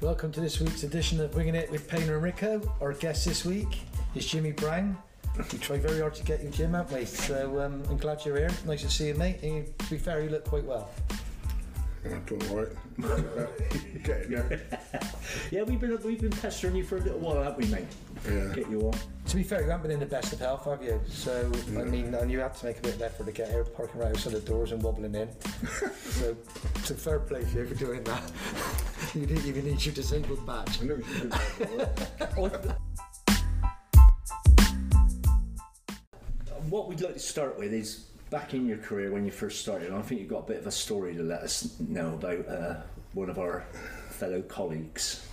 Welcome to this week's edition of Winging It with Payne and Rico. Our guest this week is Jimmy Brown. We tried very hard to get you, Jim, haven't we? So um, I'm glad you're here. Nice to see you, mate. And you, to be fair, you look quite well. I'm doing all right. Getting there. Yeah, we've been we've been pestering you for a little while, haven't we, mate? Yeah. Get you on. To be fair, you haven't been in the best of health, have you? So, I mean, and you had to make a bit of effort to get here, parking right outside the doors and wobbling in. so, so fair play for you for doing that. you didn't even need your disabled badge. I know you did that. What we'd like to start with is back in your career when you first started. I think you've got a bit of a story to let us know about uh, one of our fellow colleagues.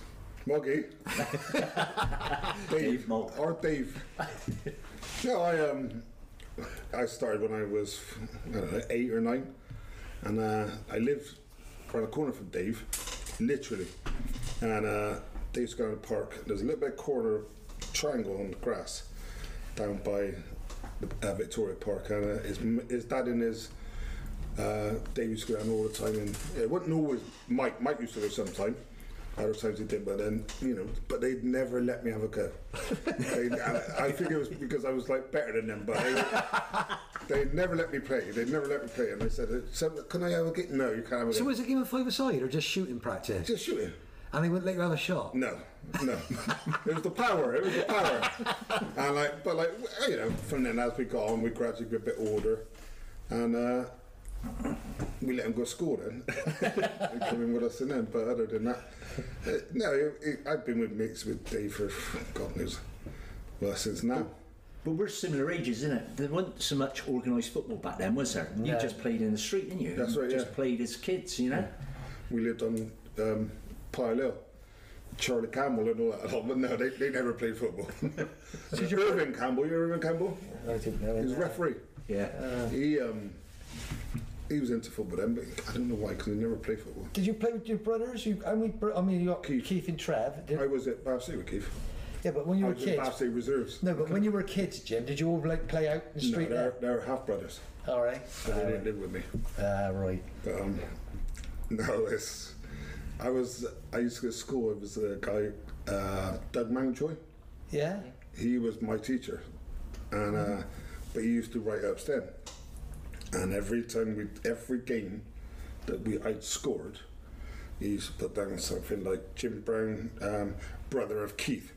Moggy. Dave Mogg. Or Dave. no, I um, I started when I was I don't know, eight or nine, and uh, I lived around the corner from Dave, literally. And uh, they used to go in the park. There's a little bit corner triangle on the grass down by the uh, Victoria Park, and uh, his m- his dad and his uh, Dave used to go down all the time, and it wasn't always Mike. Mike used to go sometime. Other times he did, but then you know, but they never let me have a go. they, I, I think it was because I was like better than them, but they, they never let me play. They never let me play, and I said, so, "Can I have a game?" No, you can't have a So, game. was it game of five aside or just shooting practice? Just shoot him. And they wouldn't let you have a shot? No, no. it was the power. It was the power. and like, but like, you know, from then as we got on, we gradually got a bit older, and uh, we let him go to school then. he came in with us and then. But other than that, uh, no, it, it, I've been with Mix with Dave for God knows, well since now. But we're similar ages, isn't it? There wasn't so much organised football back then, was there? You No. just played in the street, didn't you? That's right, You Just yeah. played as kids, you know. We lived on um, Pile Hill. Charlie Campbell and all that, lot, but no, they, they never played football. Did you Irving Campbell? You Irving Campbell? I didn't know. He was referee. Yeah. He um, he was into football then, but I don't know why because he never played football. Did you play with your brothers? You, I mean, I mean, you got Keith, Keith. and Trev. Did, I was at Bath City with Keith. yeah, but when you I were was at kids, Bath City Reserves. no, but when you were kids, Jim, did you all like play out in the No, street? they're, they're half brothers, there? All right. so they didn't live with me. Ah, right. But um, no, it's I was I used to go to school. It was a guy uh, Doug Mountjoy. Yeah. He was my teacher, and uh, but he used to write ups then. And every time we every game that we I'd scored, he used to put down something like Jim Brown, um, brother of Keith.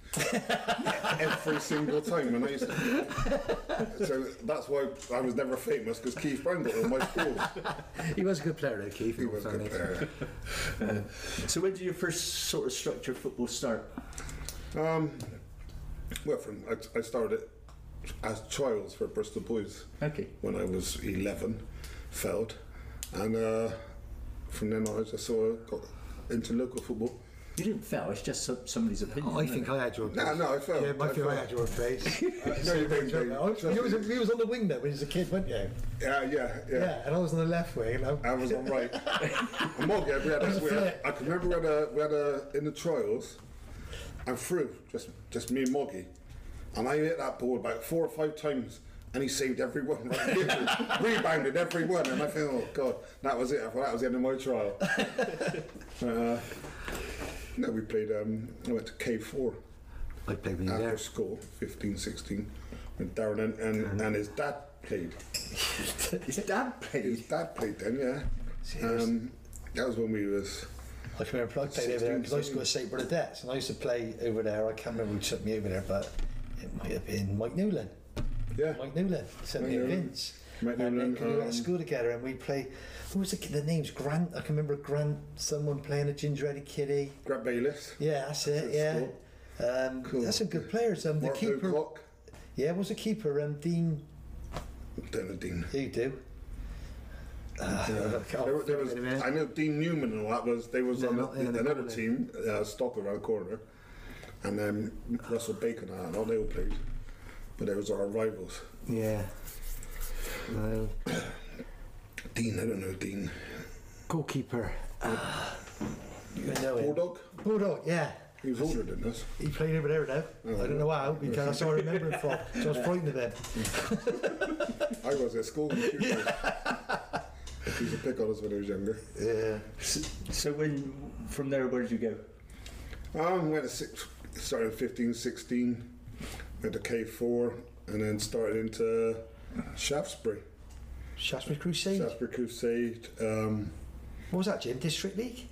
every single time, and I used to. So that's why I was never famous because Keith Brown got all my scores. He was a good player, though, Keith. He was a good player. So when did your first sort of structured football start? Um, well, from I, I started as trials for Bristol Boys. Okay. when I was 11, failed. And uh, from then on, I just sort of got into local football. You didn't fail. It's just some, somebody's opinion. I isn't think it? I had your No, no, I failed. Yeah, I I feel I failed. had your face. you no, you didn't. Dave. was, Trust me. you was on the wing, though, when he was a kid, weren't you? Yeah, Uh, yeah, yeah. Yeah, and I was on the left wing. And I, I was on right. I'm all good. We had a, we had, I can remember we had a, we had a, in the trials, I'm through, just just me and Moggy. And I hit that ball about four or five times and he saved every one. Right? Literally, rebounded every one. And I think, oh God, that was it. I thought that was the end of my trial. uh, no, we played, um, I went to K4 I played with you after there. school, 15, 16, with Darren and, and, and his dad played. His dad His played. dad played then, yeah. Serious. Um, that was when we was I can remember I played over there because I used to go to St. Bernadette's and I used to play over there. I can't remember who took me over there, but it might have been Mike Newland. Yeah. Mike Newland sent Mike me a Newland. Vince. Oh, Mike and Newland, Nick and we were um, at school together and we'd play. Who was the kid? The name's Grant. I can remember Grant, someone playing a ginger headed kiddie. Grant Bayless. Yeah, that's it, yeah. Um, Cool. That's some good players. Um, the Mark keeper. O'Clock. Yeah, was a keeper. Um, Dean, Don't know Dean. who do? Uh, There, was- there was, I know Dean Newman and all that was, they was No, on not there, they're another not there. team, uh, Stock around the corner, and then Russell Bacon and all they all played. But they was our rivals. yeah. No. Dean, I don't know Dean. Goalkeeper. Ah, You know him. Bulldog? Bulldog, yeah. He was older than us. He played over there now. Oh, I don't know how because that's where I remember him from. So I was frightened of him. I was at school with you He used to pick on us when he was younger. Yeah. So, so when from there, where did you go? Um, went to six, started 15, 16, went to K4, and then started into Shaftesbury. Shaftesbury Crusade. Shaftesbury Crusade, um, What was that, Jim? District League?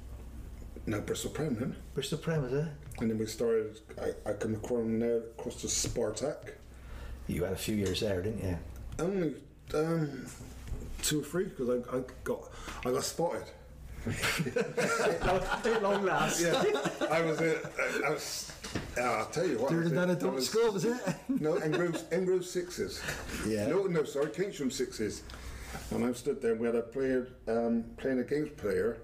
now Bristol Prem then. Bristol Prem, was it? And then we started, I, I come across there, across to Spartak. You had a few years there, didn't you? Only um, two or three, because I, I, got, I got spotted. At long last. Yeah, I was at, I, I was, uh, I'll tell you what. I Doing was it in- down I at Dortmund was- School, was it? No, Engrove, Engrove sixes. Yeah. No, no, sorry, Kingsham sixes. And I stood there. We had a player um, playing against player,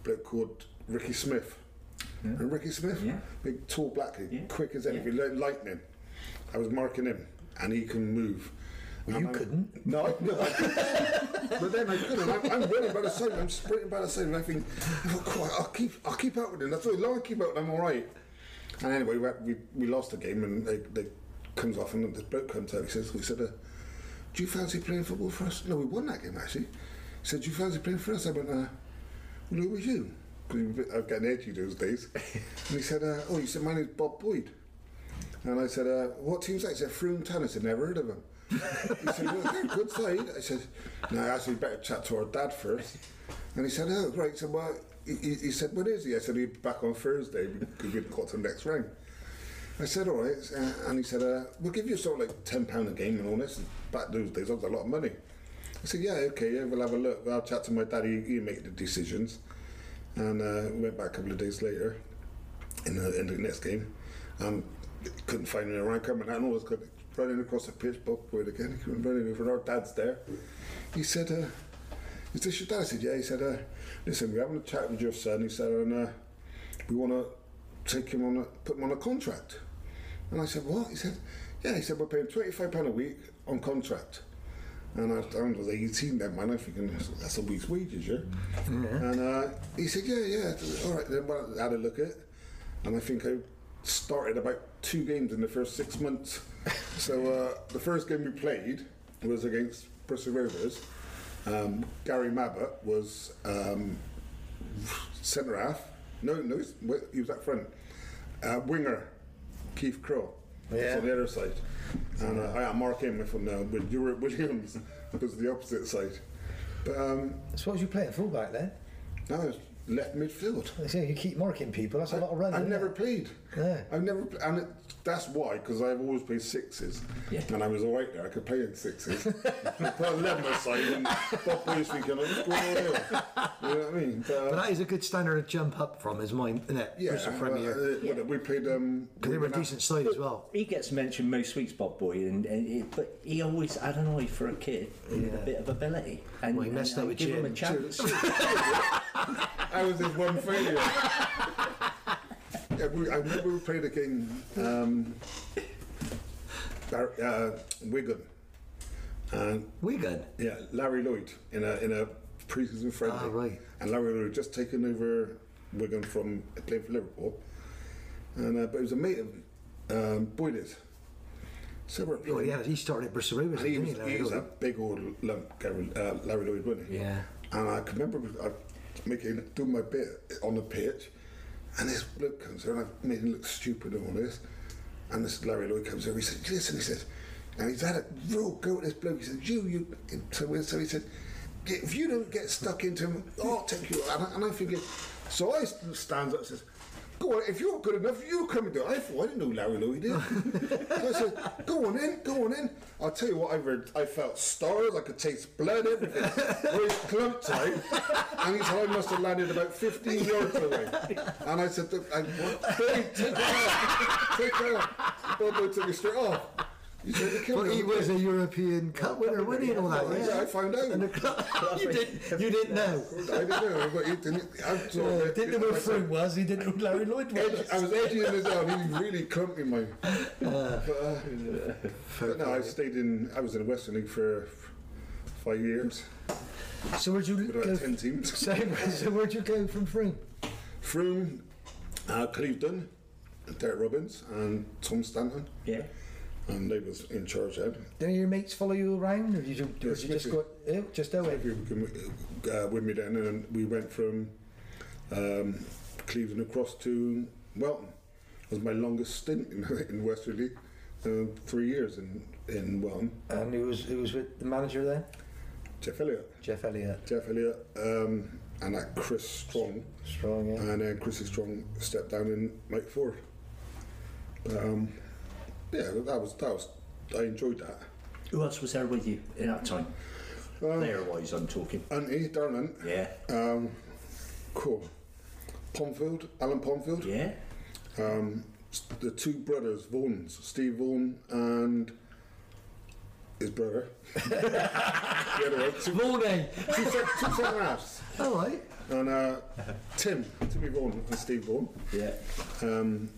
a bloke called Ricky Smith. And Ricky Smith, Yeah. big tall black kid, Yeah. quick as anything, like lightning. I was marking him, and he can move. And you I'm- couldn't. No, I- no. I couldn't. but then I couldn't. I'm, I'm running by the side. I'm sprinting by the side, and I think, oh, cool, I'll keep, I'll keep up with him. That's all. Long I keep up, with him, I'm all right. And anyway, we, we, we lost the game, and they, they comes off, and this bloke comes out. He says, "We said, uh, do you fancy playing football for us?" No, we won that game actually. He said, "Do you fancy playing for us?" I went, uh, "Well, who are you?" Because I've getting edgy those days. and he said, uh, "Oh, you said my name's Bob Boyd." And I said, uh, "What team's that?" He said, "Froome Town." I said, "Never heard of him." he said, well, they're a good side. I said, no, actually, better chat to our dad first. And he said, oh, right. So, well, he, he he said, when is he? I said, he'll be back on Thursday because we'd got to the next round. I said, all right. Uh, and he said, uh, we'll give you sort of like £10 a game and all this. And back those days, that was a lot of money. I said, yeah, okay, yeah, we'll have a look. I'll chat to my daddy. He'll make the decisions. And uh, went back a couple of days later in the, in the next game. Um, couldn't find any around coming out. I was good. running across the pitch, Bob Boyd again. He couldn't run over. Our dad's there. He said, uh, "Is this your dad?" I said, "Yeah." He said, uh, "Listen, we're having a chat with your son." He said, "And uh, we want to take him on, a, put him on a contract." And I said, "What?" He said, "Yeah." He said, "We're paying twenty-five pound a week on contract." And I, I was 18 then, man. I'm thinking, that's- that's a week's wages, yeah? And uh, he said, yeah, yeah. All right, then well, I had a look at it. And I think I started about two games in the first six months. so uh, the first game we played was against Bristol Rovers. Um, Gary Mabbott was um, centre half. No, no, he's- wait, he was up front. Uh, winger, Keith Crow. Yeah. On the other side. And uh, I had Mark him with, uh, with Stuart Williams, was the opposite side. But um, So what was you playing fullback then? now it's left midfield. They say you keep marking people. That's a lot of running. I've isn't never it? played. Yeah. I've never, pl- and it, that's why because I've always played sixes, Yeah. and I was all right there. I could play in sixes. I put eleven aside, and Bob Boy's thinking, "Oh, "What's going on here?" You know what I mean? But, uh, But that is a good standard to jump up from, is mine, isn't it? yeah, Bristol well, Premier. uh, what- we played. Um, Because they were a decent side as well. He gets mentioned most weeks, Bob Boy, and, and it, but he always had an eye for a kid with a bit of ability. And, Well, he messed and up I with give him a Jim. chance. I was his one failure. yeah, we, I remember we played a game, um, Bar- uh, Wigan, and Wigan. Yeah, Larry Lloyd in a in a preseason friendly. Ah, right. And Larry Lloyd had just taken over Wigan from playing for Liverpool, and uh, but it was a mate of um, Boyd's. So we're Oh, playing. yeah, he started at Bristol Rovers, And he didn't was, he? Larry he was a Lloyd? big old lump, Gary, uh, Larry Lloyd, wasn't he? Yeah. And I can remember I making doing my bit on the pitch, and this bloke comes over, and I've made him look stupid and all this. And this Larry Lloyd comes over, he said, Listen, he said, now he's had a real go at this bloke. He said, You, you. And so, and so he said, If you don't get stuck into him, I'll take you. And, I- and I'm thinking, so I st- stands up and says, Go on, if you're good enough, you come and do it. I thought I didn't know Larry Lloyd did. so I said, Go on in, go on in. I'll tell you what, I've heard, I felt stars, I could taste blood, everything. Well, he's clumped out, and his head must have landed about 15 yards away. And I said, to- I, what? Hey, take that off, take that off. Bobo took it straight off. You tried to kill But me. he was a European Cup winner, wasn't he, and all that? Well, yeah, I found out. And the- you, didn't, you didn't know. I didn't know, but he didn't. I sort Uh, of- didn't know where Fruit was, he didn't know who Larry Lloyd was. Edgy- I was edgy in his own. He really clumped me, mate. but, uh, but no, I stayed in. I was in the Western League for f- five years So where'd you with about go? ten teams. Same, so where'd you go from Froome? Froome, uh, Clevedon, Derek Robbins, and Tom Stanton, yeah. and they was in charge then. Do any of your mates follow you around, or did you, or Yes, did you just go? Smithy. Oh, just Owen. People came uh, with me then, and we went from um, Cleveland across to Welton. It was my longest stint in, in Western League. Uh, three years in, in Welton. And who was who was with the manager then? Jeff Elliott. Jeff Elliott. Jeff Elliott um, and that Chris Strong. Strong, yeah. And then Chris Strong stepped down in Mike Ford. But um, yeah, that was, that was, I enjoyed that. Who else was there with you in that time? Player wise, I'm talking. Auntie, Darren Hunt, Yeah. um, cool. Pomfield, Alan Pomfield. Yeah. um, s- the two brothers, Vaughns, Steve Vaughan and his brother. the other one, two, Morning. two, sec- two second halves. All right. And uh, Tim, Timmy Vaughan and Steve Vaughan. Yeah. Um,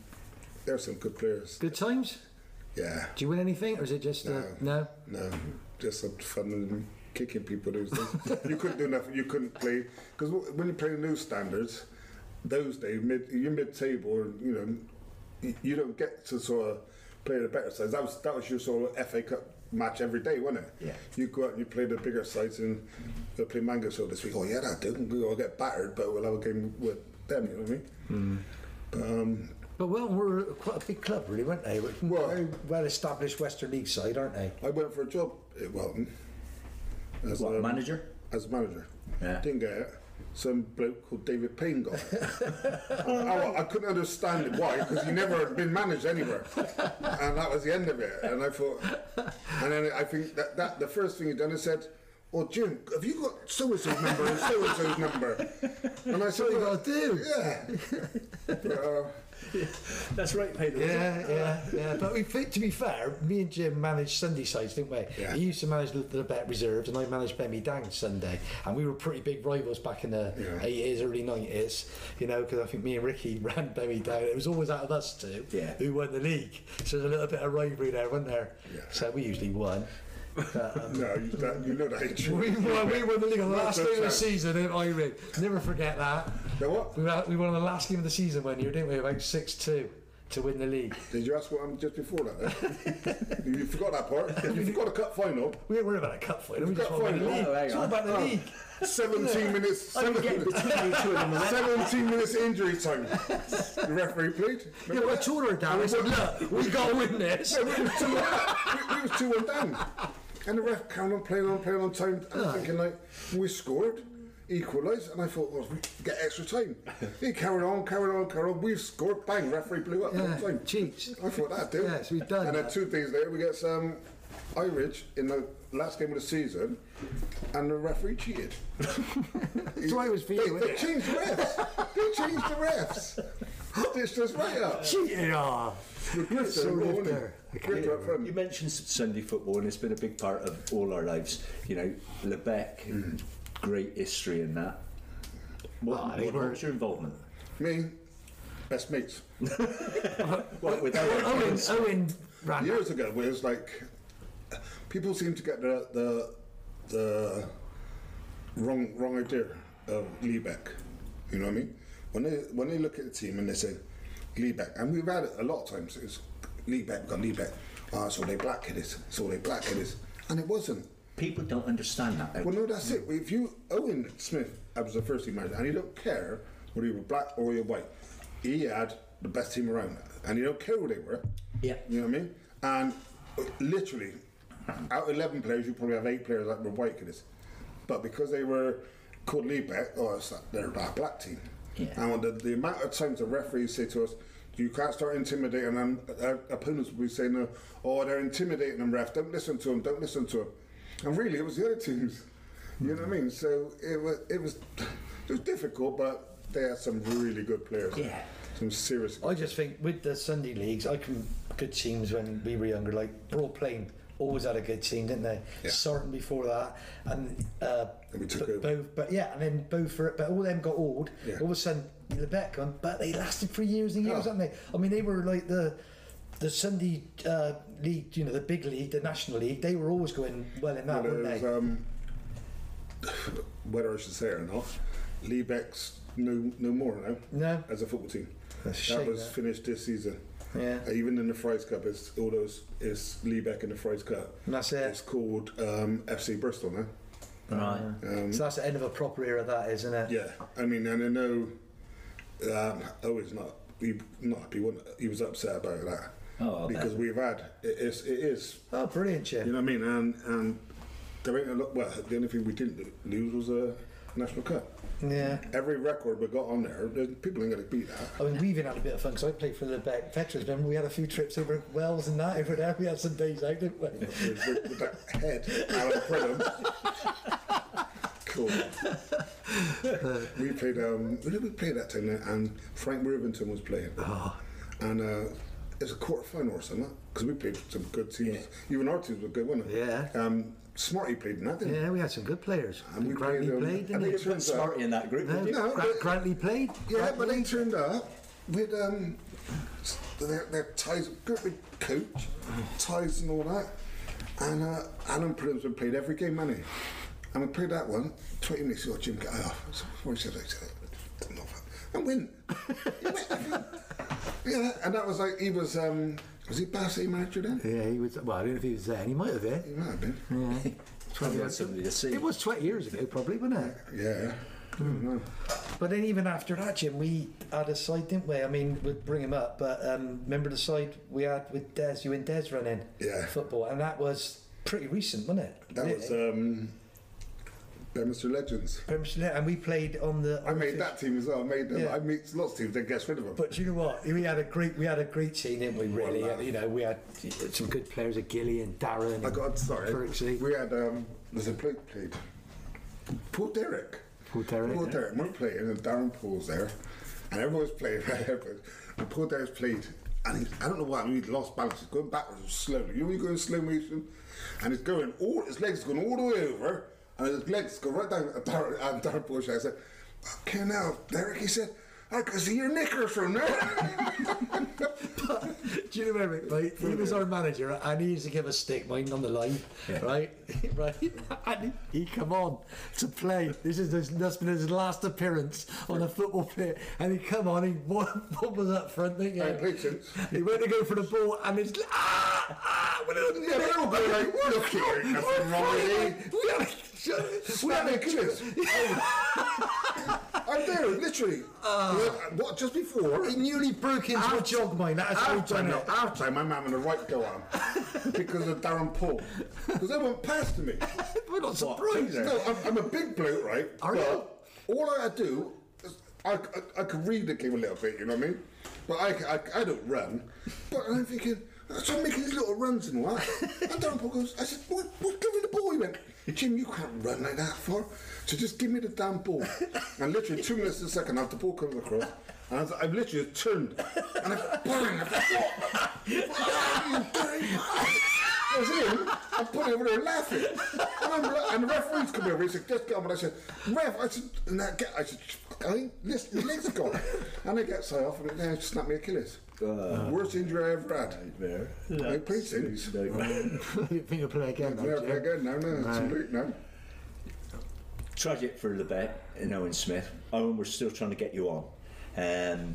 they're some good players. Good times. Yeah, Do you win anything, or is it just uh, no? no, just some fun and kicking people those days. you couldn't do nothing, you couldn't play. Because when you play in those standards, those days, mid, you're mid table, and you know, y- you don't get to sort of play the better sides. That was that was your sort of FA Cup match every day, wasn't it? Yeah. You go out and you play the bigger sides and you play Mango so this week. Oh yeah, that did. We'll get battered, but we'll have a game with them. You know what I mean? But um, But well, we're quite a big club, really, weren't they? We're Well- very well established Western League side, aren't they? I went for a job at Welton as What, a manager? As a manager, Yeah. didn't get it. Some bloke called David Payne got it. I, I couldn't understand it why because he never had been managed anywhere, and that was the end of it. And I thought, and then I think that, that the first thing he done is said. Oh, Jim, have you got so and so's number and so and so's number? And I said, What you well, gotta do? yeah. But, uh, That's right, Peter. Yeah, yeah, yeah. But we, to be fair, me and Jim managed Sunday sides, didn't we? Yeah. He used to manage the, the Bet Reserves, and I managed Bemmy Down Sunday. And we were pretty big rivals back in the Yeah. 80s, early 90s, you know, because I think me and Ricky ran Bemmy Down. It was always out of us two Yeah. who won the league. So there's a little bit of rivalry there, wasn't there? Yeah. So we usually won. no, you, that, you know that ain't true. We won, we won the league on the Not last so game of the sad. season in Ireland. Never forget that. Now what? We won, we won on the last game of the season one year, didn't we? About 6 2 to win the league. Did you ask what I'm just before that? then? you forgot that part. You forgot a cup final. We ain't worried about a cup final. We Cup just want to win the final. league. Oh, hang it's all on. about the league. 17 minutes. I'm 17, getting between you two at the moment. 17 minutes injury time. The referee played. Yeah, but I told her down. I said, look, we got to win this. We was two, we, we was two one down, and the ref carried on playing on playing on time. And I'm thinking like we scored, equalised, and I thought well, we get extra time. He carried on, carried on, carried on. We've scored. Bang! Referee blew up. Yeah, time. cheats. I thought that do. Yes, we've done And then that. two days later, we get some Irish in the last game of the season, and the referee cheated. That's why it was for They, you, they wasn't it? changed the refs. they changed the refs. It's just right up. Cheating, ah. Griffin, so wasn't right it? there. Griffin up front. You mentioned s- Sunday football, and it's been a big part of all our lives. You know, Lebec, Mm. great history in that. What, Ah, they what, were- what was your involvement? Me, best mates. What, with Owen? Owen, Owen ran. Years ago, where it was like people seem to get the the, the wrong wrong idea of Liebeck. You know what I mean? When they when they look at the team and they say Liebeck, and we've had it a lot of times. It's Liebeck, we've got Liebeck. Ah, so they black it is. So they black it is, and it wasn't. People don't understand that. though. Well, no, that's it. If you Owen Smith, I was the first team manager, and you don't care whether you were black or you're white, he had the best team around, and you don't care who they were. Yeah. You know what I mean? And uh, literally, out of eleven players, you probably have eight players that were white kids, but because they were called lead back, oh, it's that, they're that black team. Yeah. And the, the amount of times the referees say to us. You can't start intimidating them. Our opponents will be saying, uh, "Oh, they're intimidating them, ref. Don't listen to them. Don't listen to them." And really, it was the other teams. You know what I mean? So it was it was it was difficult, but they had some really good players. Yeah. Oh, Some serious. I just think with the Sunday leagues, I can good teams when we were younger, like Broad Plain always had a good team, didn't they? Yeah. Sarton before that, and uh, And we took Bo- over. Bo- but yeah, and then Beaufort, but all them got old. Yeah. All of a sudden, Lebec on, but they lasted for years and years, Oh. didn't they? I mean, they were like the. The Sunday uh, league, you know, the big league, the national league, they were always going well in that, Well, weren't it was, they? um, whether I should say it or not, Liebeck's no no more now No, as a football team. that's a that shame. was that. finished this season. Yeah, Uh, Even in the Fries Cup, it's all those it's Liebeck in the Fries Cup. and that's it. It's called um, FC Bristol now. Right. Um, So that's the end of a proper era, that is, isn't it? Yeah, I mean, and I know um, Owen's not he not he wasn't he was upset about that Oh, I bet. because we've had it is it is Oh, brilliant, you Jim. know what I mean and and there ain't a lot. Well, the only thing we didn't lo- lose was a national cup. Yeah. Every record we got on there, the- people ain't gonna beat that. I mean, we even had a bit of fun because I played for the Be- veterans. Remember, we had a few trips over Wells and that over there. We had some days out, didn't we? with, with, with that head out of prison. cool. we played. Um, who did we play that time? And Frank Rivington was playing. And uh, it's a quarter final or something because we played some good teams. Even our teams were good, weren't they? Yeah. Um, Smarty played in that, didn't Yeah, we had some good players. And we Grantley played, um, played, I didn't think he? it turns out- Smarty in that group. No, did you? No, Gra- but- Grantley played. he? Yeah, but Grantley. they turned up with um, s- their, their ties, good with coach, ties and all that. And uh, Alan Prudence had played every game, hadn't he? And we played that one, 20 minutes ago, Jim got off. So before he said, I said, "I'm not fun." and win. He went. yeah, and that was like, he was, um, was he Bass A manager then? Yeah, he was. Well, I don't know if he was there. He might have been. He might have been. Probably had somebody to see. It was 20 years ago, probably, wasn't it? Yeah. But then even after that, Jim, we had a side, didn't we? I mean, we'd bring him up, but um, remember the side we had with Des, you and Des running Yeah. football, and that was pretty recent, wasn't it? That Really? was um, Mr. Legends. Premiership, and we played on the. I made that team as well. I made them. Yeah. I made lots of teams. Then gets rid of them. But do you know what? We had a great, we had a great team, didn't we? Really, Well, uh, you know, we had some good players, like Gilly and Darren. I got sorry. Fergie. We had um, there's a bloke played. Paul Derrick. Paul Derrick, Paul yeah. Derrick. We're playing and Darren Paul's there, and everyone's playing. and Paul Derrick's played, and he, I don't know why. I mean, he'd lost balance. He's going backwards slowly. You know, when you go in slow motion, and it's going all his legs going all the way over, and his legs go right down. And Darren, and Darren Paul shouts, "I said, okay now, Derrick." He said. I can see your knickers from there. Do you remember it, right? He was our manager and he used to give us stick mind on the line, right? right? And he he come on to play. This is his, that's been his last appearance on a football pitch. And he come on, he one, one was up front, didn't I played he? since. He went to go for the ball and he's like, ah, ah, with a Yeah, they're all going like, what a kid. That's Oh, wrong. We had a, we had a killers. I'm there, literally. Yeah, what, just before? He nearly broke into a Half- jog mine. That's how he Half time, done no, it. half time, I'm having a right go on because of Darren Paul. Because they went past me. We're not surprised. No, I'm, I'm a big bloke, right? Are but all I do is I, I, I can read the game a little bit, you know what I mean? But I, ca- I, ca- I don't run. But I'm thinking, so I'm making these little runs and all that. And Darren Paul goes, I said, what, what, give me the ball. He went, Jim, you can't run like that for. So just give me the damn ball. And literally two minutes to the second half, the ball comes across. And I've, I've literally turned. And I bang, I thought, what? What are you doing? I was in, I put it over there laughing. And, I'm, la- and the referee's come over, he said, just get on. And I said, ref, I said, and I, get, I said, I think this my legs are gone. And I get so off and then I snapped my Achilles. Worst injury I ever had. There. eh? I played since. I didn't think he'll play again. Never though, play Jim. again now, no, it's a loot now. tragic for Lebet and Owen Smith. Owen, we're still trying to get you on. Um,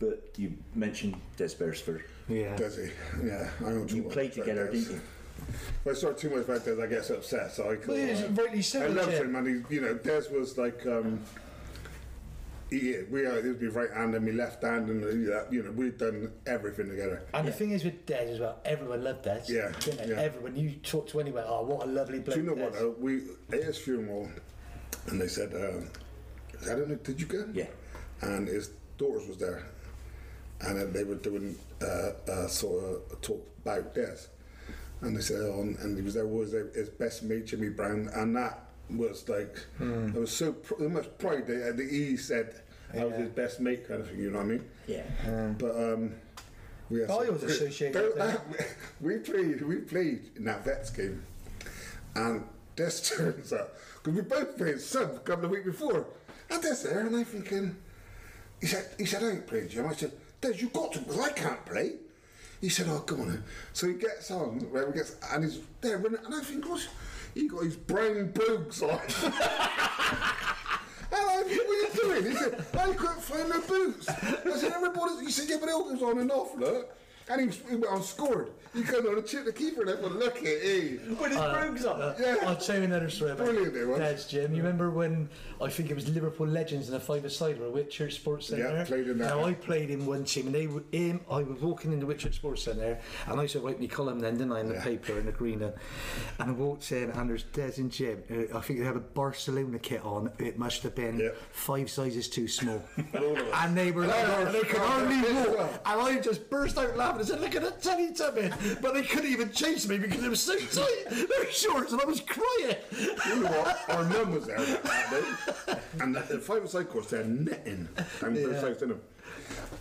but you mentioned Des Beresford. Yeah. Does he? Yeah, I don't You played together, didn't you? If I saw too much about Des, I get upset, so I Well, he's rightly so, I loved isn't him, and he, you know, Des was like, um, he, we are, he would be right hand and me left hand, and uh, you know, we'd done everything together. And the thing is with Des as well, everyone loved Des. Yeah, Didn't they? yeah. Everyone, you talk to anyone, oh, what a lovely bloke. Do you know Des. what? Though? We at his funeral, and they said, um, "I don't know, did you go?" Yeah. And his daughters was there, and then they were doing uh, uh, sort of a talk about this, and they said, "Oh," and, and he was there was his best mate Jimmy Brown, and that was like I was so pr- so much pride that that he said I was his best mate kind of thing. You know what I mean? Yeah. But um, we had I some- was associated Don't- with that. we played. We played in that vets game, and this turns up because we both played sub come the week before, and this there, and I'm thinking. He said, he said, I ain't playing, Jim. I said, Des, you got to, because I can't play. He said, oh, come on. then." So he gets on, where he gets, and he's there, and I think, gosh, he got his brown boots on. and I think, what are you doing? He said, I couldn't find my boots. I said, everybody's, he said, yeah, but it was on and off, look. And he was he went on scored. He could on a chip the keeper left one look at hey. Uh, With his brogues on. Yeah. I'll tell you another story about Brilliant, they were. Dad's Jim. You remember when I think it was Liverpool Legends and a five-a-side were at Whitchurch Sports Centre? Yeah, played in that. Now I played in one team, and they were in. I was walking into Whitchurch Sports Centre, and I used to write me column then, didn't I, in the Yeah. paper in the green, and, and I walked in, and there's Des and Jim. Uh, I think they had a Barcelona kit on. It must have been Yeah. five sizes too small, all of us. and they were all of and us. they could hardly Yeah. walk. And I just burst out laughing and said, Look at that teddy tummy. But they couldn't even chase me because it was so tight, their shorts, and I was crying. You know what? Our mum was there that, that day. And the, the five side course, they're netting. I'm Yeah. yeah. first in them.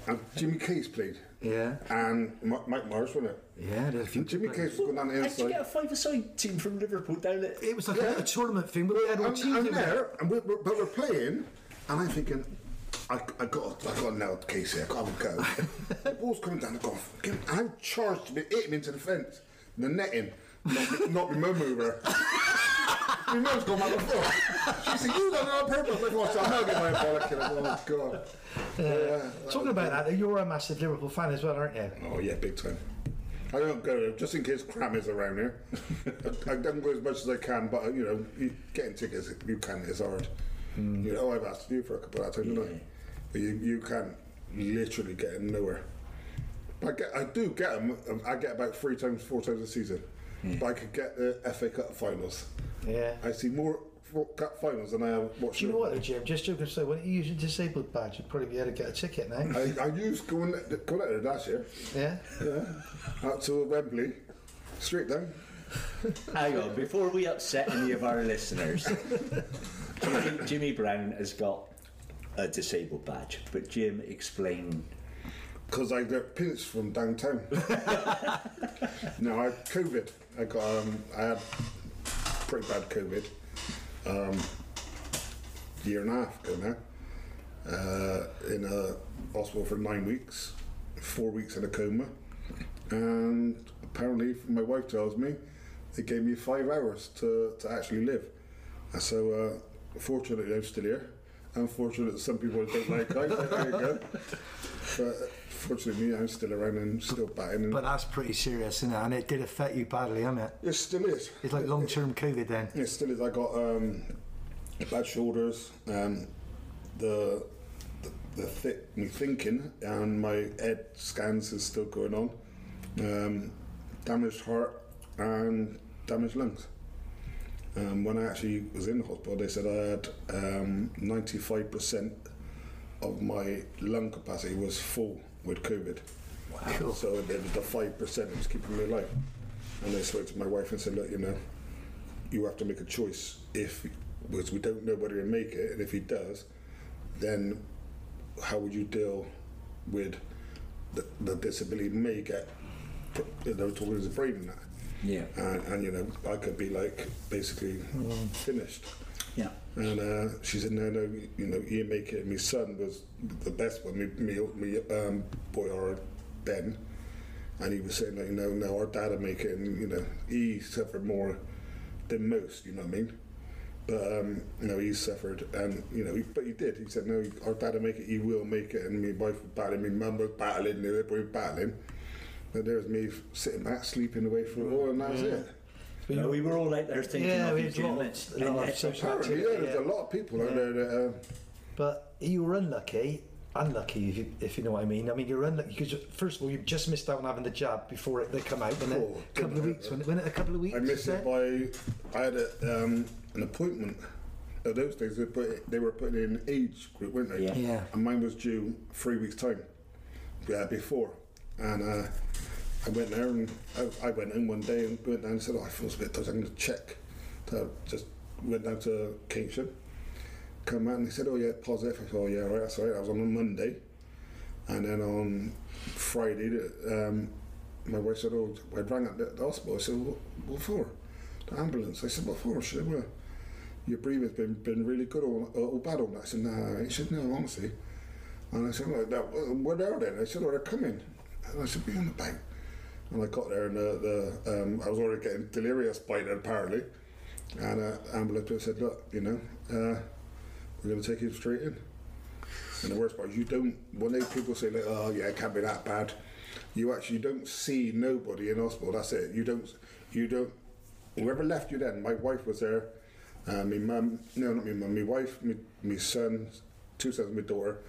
And Jimmy Case played. Yeah. And Ma- Mike Morris won it. Yeah, there's a few And Jimmy Case was going down the How'd you get a inside. five-a-side team from Liverpool down at... It was like a, a tournament thing, but we had all I'm, teams I'm in there, and we're, we're, but we're playing, and I'm thinking, I, I got, I got now Case here. I can't go. the ball's coming down the golf. And I charged him, hit him into the fence, the netting, not, not my mum over. My mum's gone back and forth. She said, "You done it on purpose." Like, "What's that? I'm not getting my bollock." Oh God. Yeah. Talking about that, though, you're a massive Liverpool fan as well, aren't you? Oh yeah, big time. I don't go just in case Cram is around here. I, I don't go as much as I can, but you know, you, getting tickets you can is hard. Hmm. You know, I've asked you for a couple of times, haven't I? But you you can literally get in nowhere. But I get, I do get them. I get about three times, four times a season. Hmm. But I could get the FA Cup finals. Yeah. I see more f- cup finals than I have watched. Do you know what, though, Jim? Just joking aside, why don't you use your disabled badge? You'd probably be able to get a ticket now. I, I used going going out there last year yeah? out to Wembley, straight down. Hang on, before we upset any of our listeners, Jimmy, Jimmy Brown has got a disabled badge, but Jim explained. Because I get pinched from downtown. no, I had COVID. I got um, I had pretty bad COVID. Um, year and a half ago now. Uh, in a hospital for nine weeks, four weeks in a coma, and apparently my wife tells me they gave me five hours to, to actually live. And so, uh, fortunately, I'm still here. Unfortunately, some people don't like I. but There you go. But fortunately, I'm still around and still batting. And But that's pretty serious, isn't it? And it did affect you badly, isn't it? it still is. It's like long term COVID then. It still is. I got um, bad shoulders, um, the, the the thick me thinking, and my head scans is still going on. Um, damaged heart and damaged lungs. Um, when I actually was in the hospital, they said I had um, 95% of my lung capacity was full with COVID. Cool. So it was the 5% that was keeping me alive. And I spoke to my wife and said, look, you know, you have to make a choice. If because we don't know whether he'll make it, and if he does, then how would you deal with the, the disability he may get? They were talking as a brain and that Yeah. and, and you know I could be like basically finished. Yeah. And uh, she said, no, no, you know, you make it. My son was the best one. Me, me, me um, boy, or Ben, and he was saying like, no, no, our dad'll make it, and you know, he suffered more than most. You know what I mean? But um, you know, he suffered, and you know, he, but he did. He said, no, our dad'll make it. He will make it. And my wife was battling, my mum was battling, they were battling. But there was me sitting back, sleeping away for a while, and Mm. that's it. You know, we were all out there thinking Yeah, of we you, had a Jim. uh, lot of, a lot of social Apparently, activity. yeah, yeah. there's a lot of people out there that. Uh, But you were unlucky, unlucky if you, if you know what I mean. I mean, you're unlucky because first of all, you've just missed out on having the jab before it, they come out. And then Oh, a couple of didn't weeks, when, when it a couple of weeks. I is missed it by. I had a, um, an appointment. Uh, those days they put they were putting in age group, weren't they? Yeah. Yeah. And mine was due three weeks time. Yeah, before, and uh, I went there and I, I went in one day and went down and said, "Oh, I feel a bit dodgy. I'm gonna check." So I just went down to Kingsham, come out and they said, "Oh yeah, positive." I said, "Oh yeah, right, that's all right." I was on a Monday, and then on Friday, the- um, my wife said, "Oh, I rang up the the hospital." I said, "What, what for?" The ambulance. I said, "What for?" She said, "Well, your breathing's been been really good all, uh, all bad all night." I said, "No." She said, "No, honestly." And I said, "Well, that, uh, where are they?" And I said, "Oh, they're coming." And I said, "Be on the bank." And I got there, and uh, the, the um, I was already getting delirious by then, apparently. And uh, ambulance person said, "Look, you know, uh, we're going to take you straight in." And the worst part is you don't. When they people say like, "Oh yeah, it can't be that bad," you actually don't see nobody in hospital. That's it. You don't. You don't. Whoever left you then, my wife was there. Uh, my mum, no, not my mum, my wife, my, my son, two sons, my daughter,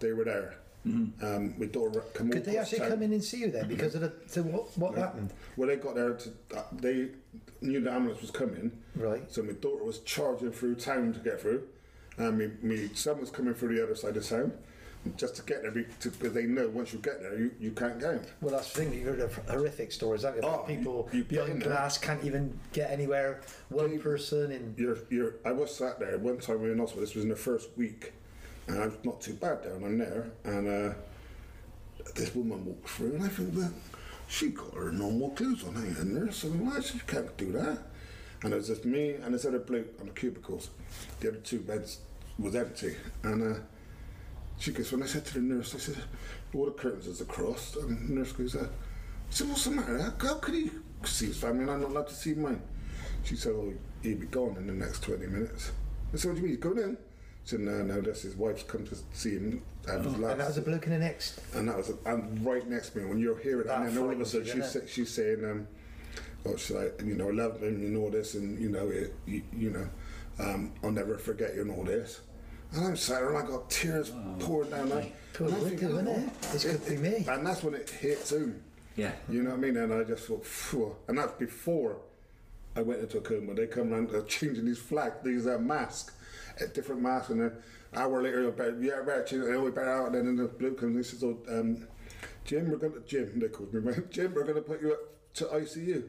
they were there. Um, my daughter come Mm-hmm. Could they across actually town. come in and see you then because of the, so what, what happened? Well, they got there to. Uh, they knew the ambulance was coming. Right. So my daughter was charging through town to get through, and me, me son was coming through the other side of town, just to get there because they know once you get there you, you can't go. Well, that's the thing that you heard of horrific stories, haven't you? About Oh, people you- you get in behind there. glass can't even get anywhere. One They- person in. You're you're. I was sat there one time we were in hospital. This was in the first week, and I was not too bad there, and I'm there, and uh, this woman walked through, and I thought, well, she got her normal clothes on, ain't a nurse, and why she can't do that. And it was just me and this other bloke on the cubicles. The other two beds was empty, and. Uh, she goes, when I said to the nurse, I said, all the curtains is across. And the nurse goes, uh, I said, what's the matter? How, how could he see his family and I'm not allowed to see mine? She said, oh, he'll be gone in the next 20 minutes. I said, what do you mean, he's going in? She said, no, no, that's his wife's come to see him. Have his last. And that was a bloke in the next. And that was and right next to me. When you're hearing that, That and then all of a frightens sudden you, she's doesn't sa- she's saying, um, "Oh, she's like, you know, I love him and all this, and you know, it, you, you know, um, I'll never forget you and all this." And I'm sat there and I got tears Oh, pouring down. Like, Poor and I window, "Oh, isn't it? This could be me. And that's when it hits home. Yeah. You know what I mean? And I just thought, Phew. and that's before I went into a coma. They come around they're changing these flag, these uh, masks, uh, different masks, and then an hour later, you're better, yeah, better change it, we better out. And then the bloke comes and he says, oh, um, Jim, we're going to, Jim, they called me, man. Jim, we're going to put you up to ICU.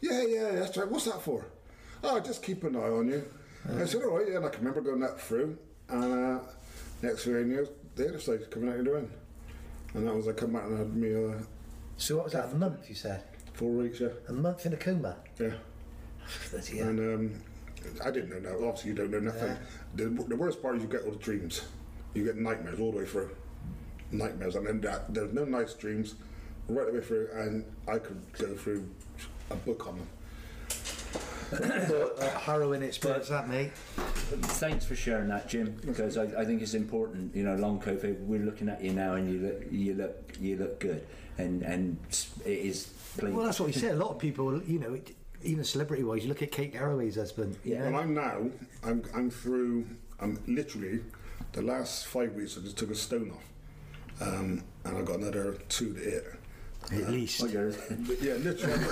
Yeah, yeah, that's right. What's that for? Oh, just keep an eye on you. I said, all right, yeah, and I can remember going that through. And uh, next thing I knew, the other side's coming out of the end. And that was, I come back and had me uh, So what was that? A month, you said? four weeks, yeah. A month in a coma. Yeah. Bloody hell. And um, I didn't know that. Obviously, you don't know nothing. The, the worst part is you get all the dreams. You get nightmares all the way through. Nightmares. And then that, there's no nice dreams right the way through. And I could go through a book on them. Mm. A uh, harrowing experience, that mate. Thanks for sharing that, Jim, because I, I think it's important. You know, long COVID. We're looking at you now, and you look, you look, you look good, and and it is. Plain. Well, that's what you say. A lot of people, you know, it- even celebrity-wise, you look at Kate Haraway's husband. You Yeah. know? And I'm now, I'm, I'm through, I'm literally, the last five weeks I just took a stone off. Um, and I got another two to it. At least. Oh, you're- But yeah, literally.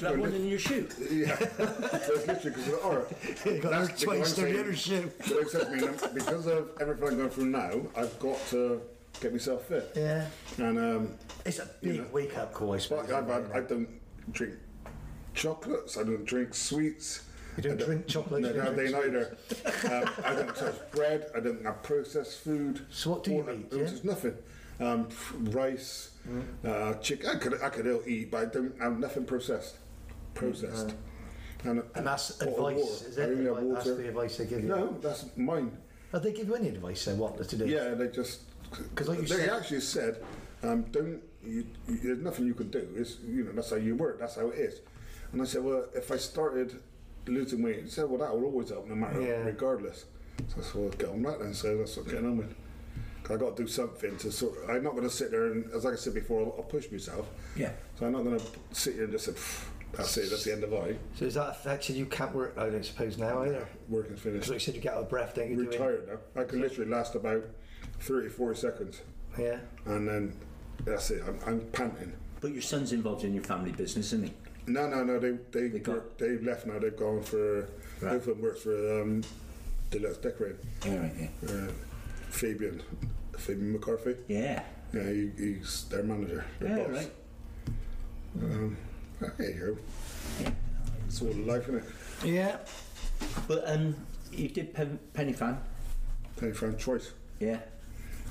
that one in your shoe. Yeah, that's literally because all right. got that's us twice because I'm the other saying- shoe. So except me, and I'm- because of everything I'm going through now, I've got to get myself fit. Yeah. And um, It's a big know. wake-up call, I but suppose. I've, isn't had, it? I don't drink chocolates. I don't drink sweets. You don't I drink chocolates, No, you don't no, they drink neither. um, I don't touch bread. I don't have processed food. So what do you All that- eat, Which yeah? Mm. is nothing. Um, rice, uh, chicken. I could, I could ill eat, but I don't have nothing processed. Processed. And, Mm, And that's or water. advice, is it? I only have Like, That's water. the advice they give you. No, that's mine. Have they give you any advice then what to do? Yeah, they just 'Cause like you they said- actually said, um, don't you, you, there's nothing you can do. It's you know that's how you work. That's how it is. And I said, well, if I started losing weight, he said, well, that will always help no matter, Yeah. regardless. So I said, well, get on that then. So that's what I'm getting on with. 'Cause I got to do something to sort. I'm not going to sit there and, as like I said before, I'll, I'll push myself. Yeah. So I'm not going to sit here and just say, "Pff, that's it. That's the end of I. So is that affected you can't work? I don't suppose now either. Working finished. Because like you said, you get out of breath, don't you? doing- Retired now. I can literally last about 30, 40 seconds. Yeah. and then that's it. I'm, I'm panting. But your son's involved in your family business, isn't he? No, no, no. They they they, gone. they left now. They've gone for Right. both of them works for um, Deluxe Decorating. Yeah, right, yeah. Uh, Fabian, Fabian McCarthy. Yeah. Yeah, he, he's their manager, their Yeah, boss. right. Um, there you go. It's all life, innit? Yeah. But um, you did Pen- Penny Fan. Penny fan twice. Yeah.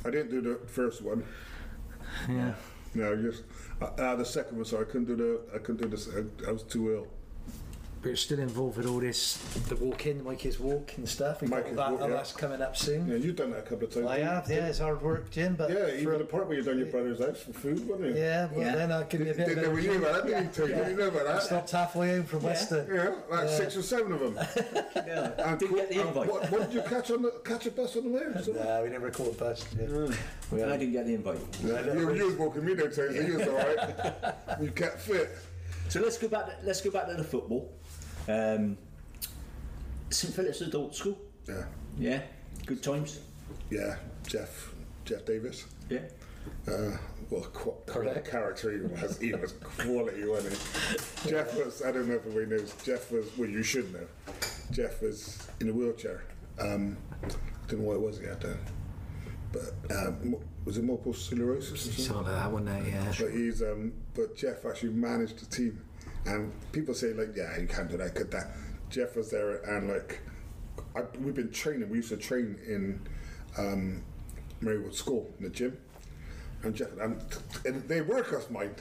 I didn't do the first one. Yeah. No, just uh, uh, the second one. So I couldn't do the. I couldn't do this. I, I was too ill. we're still involved with all this the walk in, my kids walk and stuff. We've My got kids that, walk, and yeah. that's coming up soon. Yeah, you've done that a couple of times. I have, yeah, it's hard work, Jim, but Yeah, for- even the part where you done your brother's house for food, wasn't it? yeah, well, Yeah. then I'll give you a bit Didn't of know a- we knew about that, did you two? Didn't know about It's that. not halfway home from Western. Yeah, like six or seven of them. And Didn't get the and invite. What, what did you catch on the catch a bus on the way? Or something? No, we never caught a bus. Yeah. Mm. We I had- didn't get the invite. You, you was walking me no time, so you was all right. you kept fit. So let's go back. Let's go back to the football. Um, St Philip's Adult School. Yeah, Yeah, good times. yeah. Jeff, Jeff Davis. Yeah, Uh, well, qu- Correct. character he was. He was quality, wasn't he? Jeff was. I don't know if everybody knows. Jeff was. Well, you should know. Jeff was in a wheelchair. Um, don't know what it was he had then, but um, mo- was it multiple sclerosis? Or something? Something like that, wasn't it? Yeah. But he's um, but Jeff actually managed the team, and people say like, yeah, you can't do that, could that? Jeff was there, and like, I, we've been training. We used to train in um, Marywood School in the gym, and Jeff and, and they work us mind.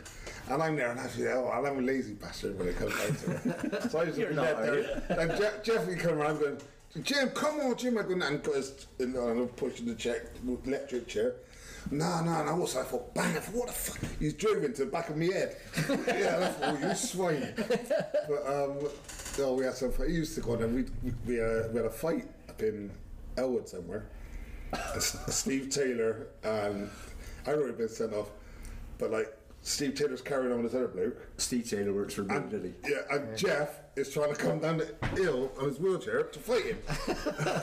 And I'm there, and I feel, oh, I'm a lazy bastard when it comes down to it. So I used to be not, led there, and Jeff, Jeff would come around going, Jim, come on, Jim. I'm going and put his, and I'm pushing the chair, electric chair. No, no, no. What's that for? Bang! I thought, What the fuck? He's drove into the back of my head. yeah, that's what you swine. But um, no, we had some. Fight. He used to go on, and we we, uh, we had a fight up in Elwood somewhere. S- Steve Taylor and I'd already been sent off, but like Steve Taylor's carrying on with this other bloke. Steve Taylor works for Blue Lily. Yeah, and Jeff is trying to come down the hill on his wheelchair to fight him.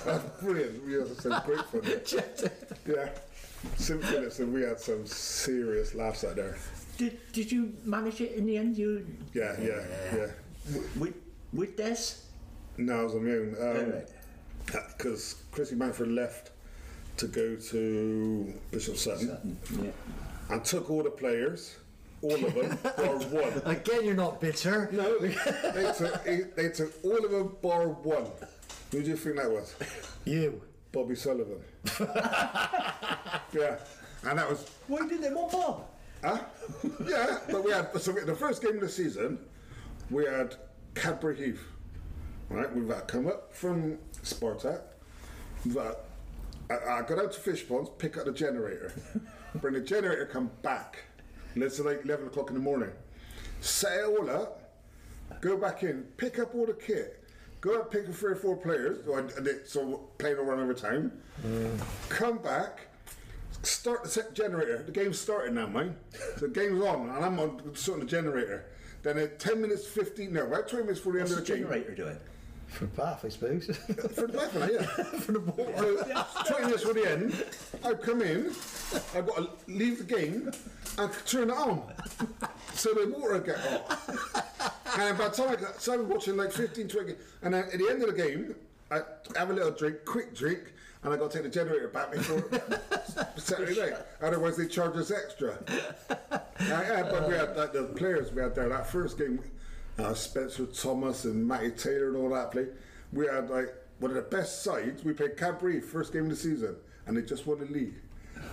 That's brilliant. We had some great fun. There. Yeah. Sim Phillips and we had some serious laughs out there. Did, did you manage it in the end? You Yeah, yeah, yeah. with with Des? No, I was on my own. Alright. Because Chrissy Manford left to go to Bishop Sutton Yeah. and took all the players, all of them, bar one. Again, you're not bitter. No, they took, he- they took all of them bar one. Who do you think that was? You. Bobby Sullivan. yeah, and that was Why did they want Bob? huh? yeah. But we had so we, the first game of the season, we had Cadbury Heath. Right, we've had come up from Spartak. We've had, I, I got out to fish ponds, pick up the generator, bring the generator, come back. It's like eleven o'clock in the morning. Set it all up, go back in, pick up all the kit, go out, pick up three or four players, or- and it, so playing all run over time, come back, start the set generator. The game's starting now, mate. So the game's on, and I'm on starting the generator. Then at 10 minutes 15, no, about 20 minutes before the end What's of the the game. generator doing? For Bath, I suppose. For the back one, yeah. For the ball. So, 20 minutes for the end, I come in, I've got to leave the game and turn it on. So the water would get hot. And by the time I got, so I'm watching like 15, 20, and then at the end of the game, I have a little drink, quick drink, and I got to take the generator back before Saturday night. Otherwise, they charge us extra. Yeah, yeah, but we had like, the players we had there that first game, uh, Spencer Thomas and Matty Taylor and all that play. We had like one of the best sides. We played Cadbury first game of the season, and they just won the league,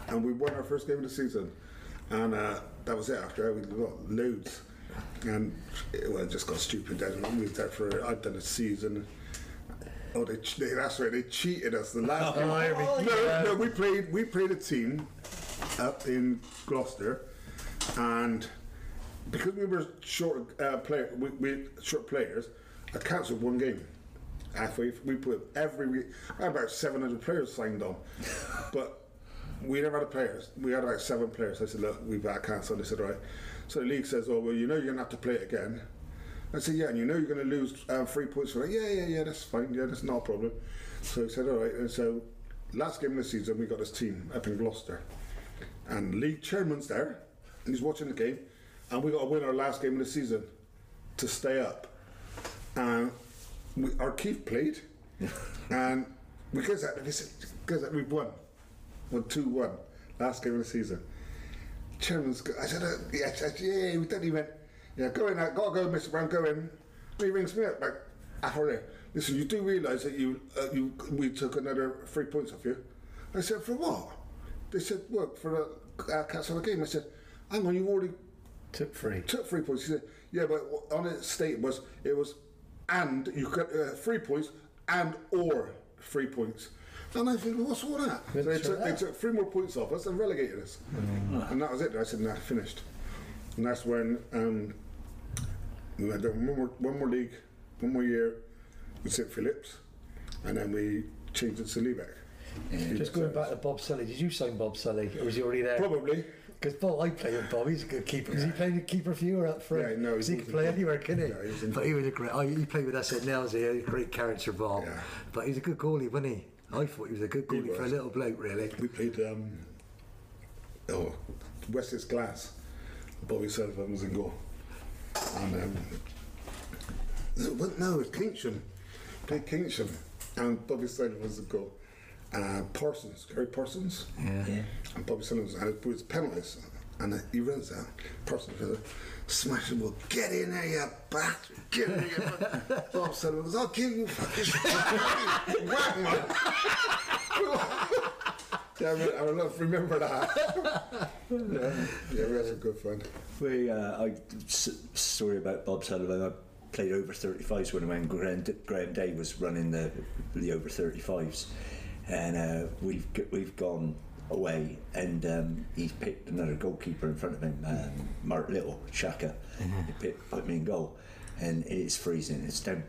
and we won our first game of the season, and uh, that was it. After that, we got loads, and it, well, it just got stupid. Then we moved there for I'd done a season. Oh, they, che- they, that's right. They cheated us the last time. no, no, we played. We played a team up in Gloucester, and because we were short uh, player, we, we short players, I cancelled one game. Halfway, we put every week I had about seven hundred players signed on, but we never had players. We had about seven players. I said, look, we better cancel. They said, right. So the league says, oh well, you know you're gonna have to play it again. I said, yeah, and you know you're going to lose uh, three points for that. Yeah, yeah, yeah, that's fine. Yeah, that's not a problem. So he said, all right. And so last game of the season, we got this team up in Gloucester. And league chairman's there, and he's watching the game. And we got to win our last game of the season to stay up. And we, our Keith played. and because that, because that we've won. Won 2 1. Last game of the season chairman's go, I said, uh, yeah, I said, yeah, we don't even, yeah, go in, I gotta go, Mr. Brown, go in. He rings me up, like, half hour later, listen, you do realise that you, uh, you, we took another three points off you. I said, for what? They said, look, for the uh, cancel the game. I said, hang on, you already Took free. took three points. He said, yeah, but on its state was, it was and you got uh, three points and or three points. And I think, well, what's all that? So they, What's all took, they that? took three more points off us and relegated us. And that was it. I said, nah, finished. And that's when um, we had one more, one more league, one more year with St Phillips, and then we changed it to Leeback. Just going back to Bob Sully, did you sign Bob Sully or was he already there? Probably. Because Bob, I play with Bob. He's a good keeper. Is he playing a keeper for you or up front? Yeah, no, he 'Cause he was can play in- anywhere, can he? Yeah, he was in- but he was a great. Oh, he played with us at Nels. He had a great character, Bob. Yeah. But he's a good goalie, wasn't he? I thought he was a good He goalie for a was. little bloke, really. We played um, oh, Wessex Glass. Bobby Sullivan was in goal. And um, no, but no, it's Kingsham. Played Kingsham. And Bobby Sullivan was in goal. Uh, Parsons, Gary Parsons. Yeah. And Bobby Sullivan was out with penalties. And uh, he runs out. Parsons goes, smash him, well, get in there, you bastard. Get in there, you bastard. Bob Sullivan goes, I'll give you fucking whack, man. Yeah, I, mean, I will not remember that. yeah, yeah, we had some good fun. We, uh, I s- story about Bob Sullivan. I played over 35s when when Graham, Graham Day was running the the over 35s, and uh, we've g- we've gone away, and um, he's picked another goalkeeper in front of him, um, Mark Little, Shaka. He picked, put me in goal, and it's freezing. It's down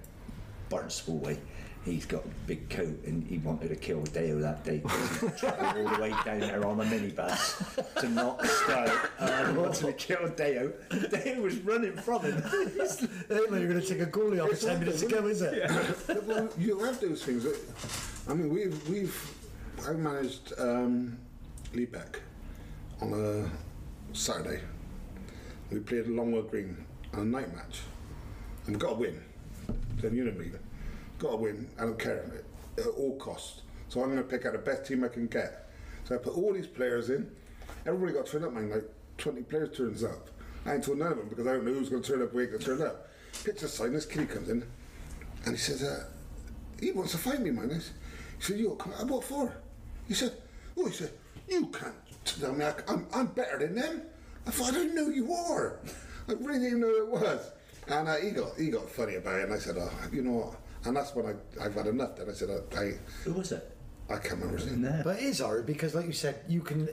Barnstable way. He's got a big coat and he wanted to kill Dale that day. He travelled all the way down there on a minibus to not start. Uh, he wanted to kill Dale. Dale was running from him. Anyway, you're going to take a goalie off It's 10 minutes happened, ago, is it? But, well, you have those things. I mean, we've we've I've managed um, Leepak on a Saturday. We played Longwood Green on a night match, and we got a win. Then you know me, got a win. I don't care at all costs. So I'm going to pick out the best team I can get. So I put all these players in. Everybody got turned up, man. Like 20 players turns up. I ain't told none of them because I don't know who's going to turn up, who ain't going to turn up. Pitch aside, this kid comes in, and he says, uh, he wants to fight me, man. I s- He said, you come, what for? He said, oh, he said, you can't tell me I, am I'm better than them. I thought, I didn't know you are. I really didn't know who it was. And uh, he got he got funny about it, and I said, oh, you know what? And that's when I, I've had enough. Then I said, I, I, Who was it? I can't remember his name. No. But it is hard because, like you said, you can.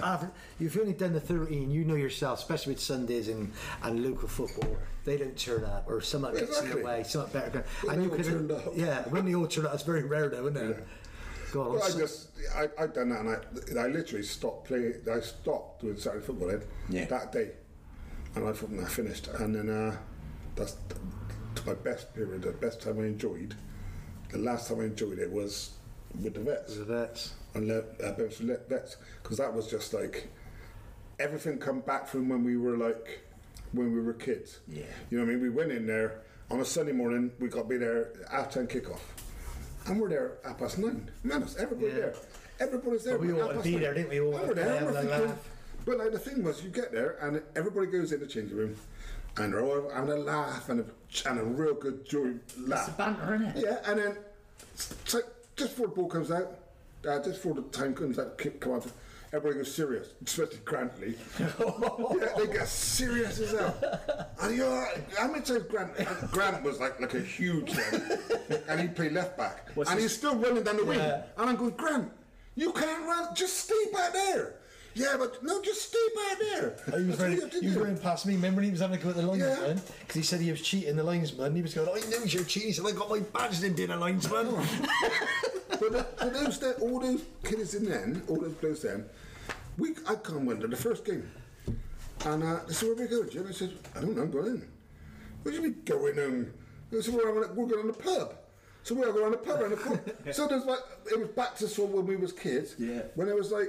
Have, you've only done the 13, you know yourself, especially with Sundays and, and local football, they don't turn up, or someone gets in the Exactly. way, someone better. go- Well, and they you all could- turned up. Yeah, when they all turn up, it's very rare though, isn't it? Go on, Well, I so- just, I, I've done that, and I, I literally stopped playing. I stopped doing Saturday football then Yeah. that day, and I thought, "Nah, I finished. And then uh, that's th- th- my best period, the best time I enjoyed. The last time I enjoyed it was with the vets So that's- and le- uh, Bedford Le- vets because that was just like everything come back from when we were like when we were kids. Yeah. You know what I mean? We went in there on a Sunday morning. We got to be there at ten kickoff, and we're there at past nine. Man, it's everybody Yeah. there. Everybody's there. But we at all half wanna past be nine. there, didn't we? We all And wanna we're play, there. and have a we're thinking- laugh. But like the thing was, you get there and everybody goes in the changing room, and they're all having a laugh and a, and a real good joy laugh. banter, isn't it? Yeah, and then it's like just before the ball comes out, uh, just before the time comes out, kick come out, everybody goes serious, especially Grantley. yeah, they get serious as hell. And you're, like, how many times Grant, Grant was like like a huge man, and he played left back, What's and his- he's still running down the wing, Yeah. and I'm going, Grant, you can't run, just stay back there. Yeah, but no, just stay back there. Oh, He was That's all very, Oh, you have to he was do." running past me. Remember, when he was having a go at the linesman Yeah. because he said he was cheating the linesman. He was going, "I know you're cheating." He said, "I got my badge in being a linesman." but, the, but those, the, all those kids in then, all those players then, we, I come win the first game. And uh, they said, where are we going, Jim? I said, I don't know, I'm going in. What do you mean going in? They said, we're, having a, we're going to the pub. So we all go around the pub around the pub. so there's like, it was back to sort of when we was kids. Yeah. When it was like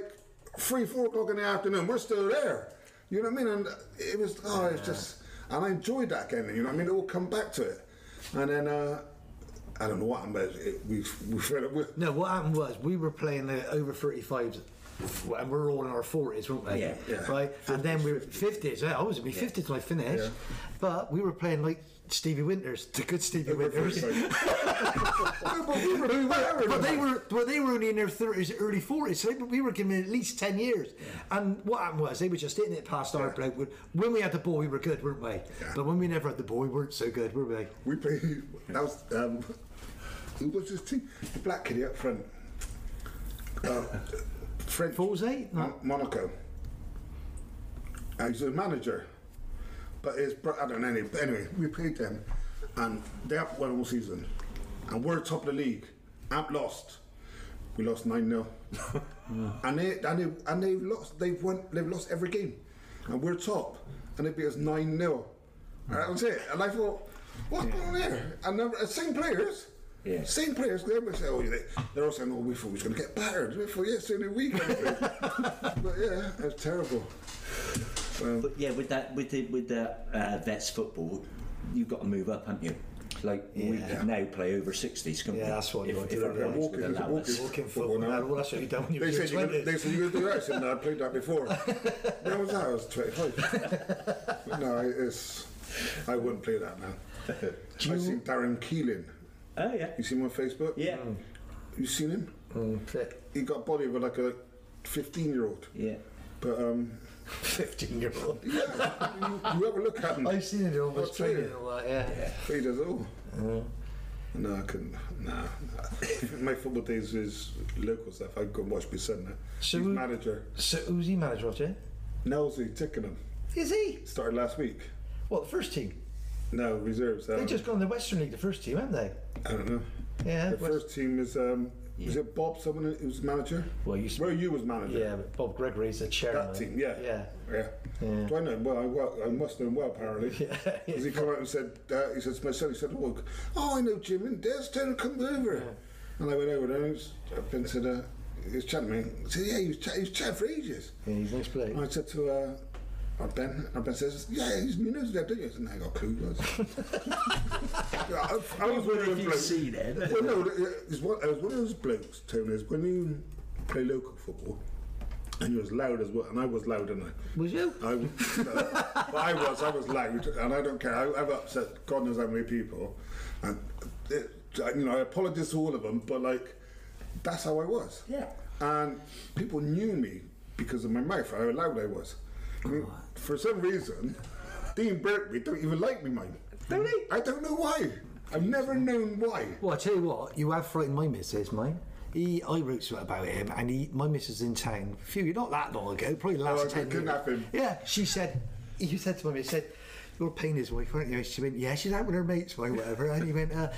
three, four o'clock in the afternoon, we're still there. You know what I mean? And it was, oh, it's just, and I enjoyed that game. You know what I mean? It all come back to it. And then, uh, I don't know what happened, but it, we, we fed up with No, what happened was we were playing the over 35s and we're all in our 40s, weren't we? Yeah. Yeah. Right? and then we were 50s. Yeah, I was in my 50s when I finished. Yeah. But we were playing like Stevie Winters, the good Stevie Winters. Sorry. No, but we were, But we were, but but they they were were, but they were only in their thirties, early forties. So they- we were given at least ten years. And what happened was they were just hitting it past our bloke. When- When we had the ball, we were good, weren't we? But when we never had the ball, we weren't so good, were we? We played. That was um, who was his team? The black kid up front. Uh, French. Falls eight. No. Mo- Monaco. Uh, he's a manager, but his bro- I don't know. any- But anyway, we played them, and they have won all season, and we're top of the league. Amp lost. We lost nine 0 and they and they and they've lost. They've won. They've lost every game, and we're top, and they beat us nine 0 And that was it. And I thought, what's going on here? And the same players. Yeah. Same players, they always say, oh, they, they're all saying, oh, we thought we was going to get battered. We thought, yeah, it's only a week. but yeah, it's terrible. But yeah, with that, with the with the uh, vets football, you've got to move up, haven't you? Like we Yeah. can now play over sixties, can't we? Yeah, that's what you If- want to if do, our yeah. clubs would Walking, allow walking. us. Walking Football football. now. Well, that's what you done when you They were said, you could, they twenty. said you could do that. I said, no, I played that before. When was that? I was 25. but no, it's, I wouldn't play that now. I seen Darren Keeling. Oh yeah, You seen him on Facebook? yeah, You seen him? He got body with like a 15 year old. yeah. But um, Fifteen-year-old. yeah, you, you have a look at him. I've seen it all. I was I'll tell you. training and all that. Yeah. He does all. No, I couldn't. Nah. My football days is local stuff. I go and watch my son now. So He's we- manager. So who's he manager of? Jay? Nelsie Tickenham. Is he? Started last week. Well, the first team. No, reserves. Um, They just got in the Western League, the first team, haven't they? I don't know. Yeah. The West- first team is, um, was it Bob, someone who was manager? Well, you. Where you was manager? Yeah, but Bob Gregory's the chairman. That team, yeah. Yeah. Yeah. Yeah. Do I know him well? I, well, I must know him well, apparently. Because he came out and said, uh, he said to my son, he said, look, oh, I know Jim and Des, don't come over. And I went over there and s- up and said, uh, he was chatting to me. He said, yeah, he was, ch- he was chatting for ages. Yeah, he's next play. And I said to uh, our Ben, our Ben says, yeah, he's, you know he's there, don't you? I said, no, I got a clue. I was, Yeah, I, I was one of those blokes. them? Well, no, it's one, it's one of those blokes, Tony, is when you play local football, and you're as loud as well, and I was loud, and I. Was you? I, w- no, but I was, I was loud, and I don't care. I, I've upset God knows how many people, and it, you know I apologise to all of them, but like that's how I was. Yeah. And people knew me because of my mouth, how loud I was. I mean, for some reason, Dean Berkeley don't even like me, mine. Don't they? I don't know why. I've never known why. Well, I tell you what, you have frightened my missus, mate. He, I wrote something about him, and he, my missus in town, a few, not that long ago, probably the last Oh, I ten years. kidnapped him. Yeah, she said, he said to my missus, said, "You're paying his wife, aren't you?" She went, "Yeah, she's out with her mates, or whatever." And he went, uh,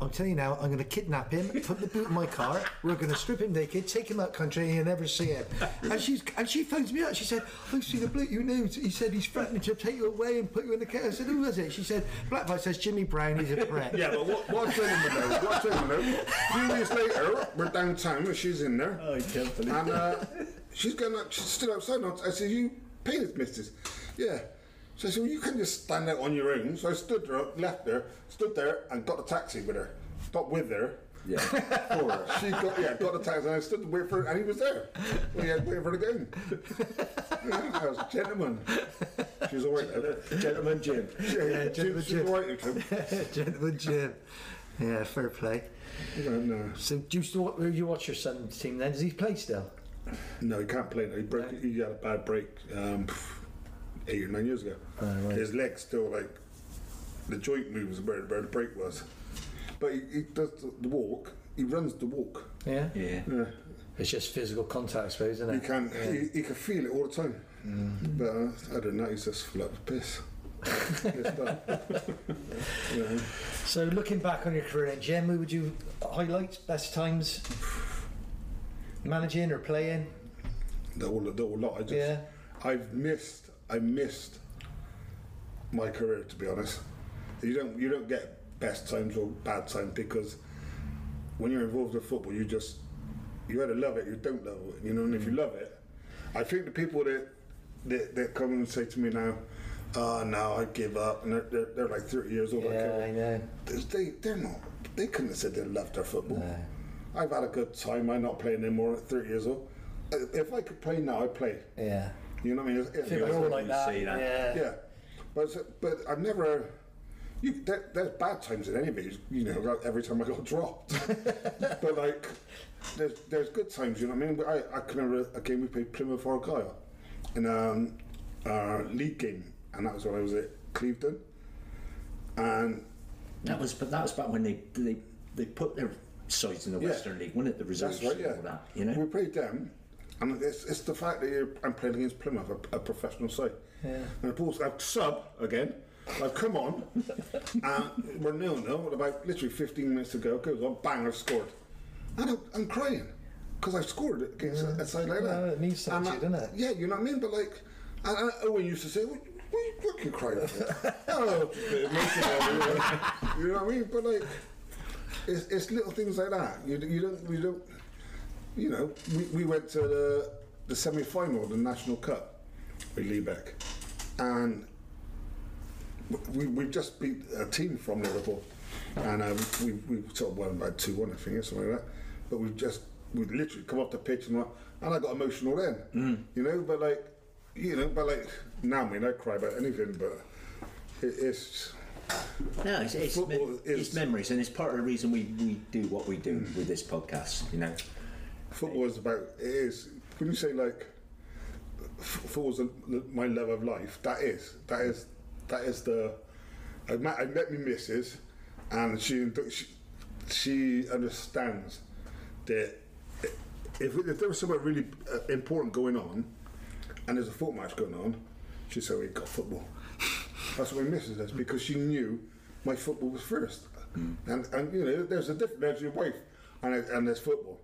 "I'm telling you now, I'm going to kidnap him, put the boot in my car, we're going to strip him naked, take him out country, and you'll never see him." And she's and she phones me up. She said, "I've seen a bloke you knew. He said he's threatening to take you away and put you in the car." I said, "Who was it?" She said, "Blackbite says Jimmy Brown. He's a prick." Yeah, but what, what gentleman though? What gentleman though? A few weeks later, we're downtown and she's in there. Oh, I can't believe And uh, she's going up, she's stood outside. And I I said, You painted, missus? Yeah. So I said, Well, you can just stand out on your own. So I stood there, left there, stood there, and got a taxi with her. Not with her. Yeah. For her. She got, yeah, got a taxi, and I stood and waited for her, and he was there. We had waiting for the game. yeah, I was a gentleman. She was all right. though. Gentleman Jim. Yeah, yeah, gentleman, she was all right. Gentleman Jim. Yeah, fair play. And, uh, So, do you, still, will you watch your son's team then? Does he play still? No, he can't play now. He broke. He had a bad break um, eight or nine years ago. right. His leg's still like the joint moves where, where the break was, but he, he does the- the walk. He runs the walk. Yeah. Yeah. It's just physical contact, I suppose, isn't He it? can. He, he can feel it all the time. But uh, I don't know. He's just full of piss. Pissed up. yeah. So, looking back on your career then, Jim, who would you highlight? Best times? Managing or playing? The whole, the whole lot. I just, Yeah. I've missed. I missed my career, to be honest. You don't, you don't get best times or bad times because when you're involved in football, you just, you either love it, you don't love it. You know, and if Mm. you love it, I think the people that that, that come and say to me now, "Oh no, I give up," and they're, they're, they're like 30 years old. like, uh, Yeah, I know. there's- they they're not they couldn't have said they loved their football. I've had a good time. I'm not playing anymore at 30 years old. Uh, If I could play now, I'd play. Yeah. You know what I mean? It's- it's- We're all like that, yeah, but it's- but I've never You, there, there's bad times in any movies, you know, like every time I got dropped. but like, there's there's good times, you know what I mean? But I, I can remember a game we played Plymouth Argyle in um, our league game, and that was when I was at Clevedon. And That was, but that was back when they they, they put their sides in the Yeah. Western League, wasn't it? The reserves That's right, and yeah. all that, you know. We played them, and it's, it's the fact that you're, I'm playing against Plymouth, a, a professional side. Yeah. And of course, I've sub again. I've come on, and we're nil nil. with About literally 15 minutes to go, goes on, bang! I've scored, and I'm, I'm crying because I've scored against a- a side like that. No, it means And something to you, that- doesn't it? Yeah, you know what I mean. But like, and, and Owen used to say, "What, what, you- what you crying for?" oh, it's a bit emotional, you know what I mean? But like, it's, it's little things like that. You, d- you don't you don't you know, we, we went to the, the semi final of the National Cup with Lebeck, and we, we just beat a team from Liverpool, and um, we, we sort of won by 2 1, I think, or something like that. But we've just, we literally come off the pitch and, all- and I got emotional then, you know, but like, you know, but like, now, I mean, I cry about anything, but it, it's. No, it's, it's, Football mem- is- it's memories, and it's part of the reason we, we do what we do with this podcast. You know, Football is about it is when you say like f- football's the- the- my love of life. That is that is that is the I met, I met my missus, and she she, she understands that if, if there was something really uh, important going on, and there's a foot match going on, she said we got football. That's what my missus does because she knew my football was first, and and you know there's a difference. There's your wife, and and there's football,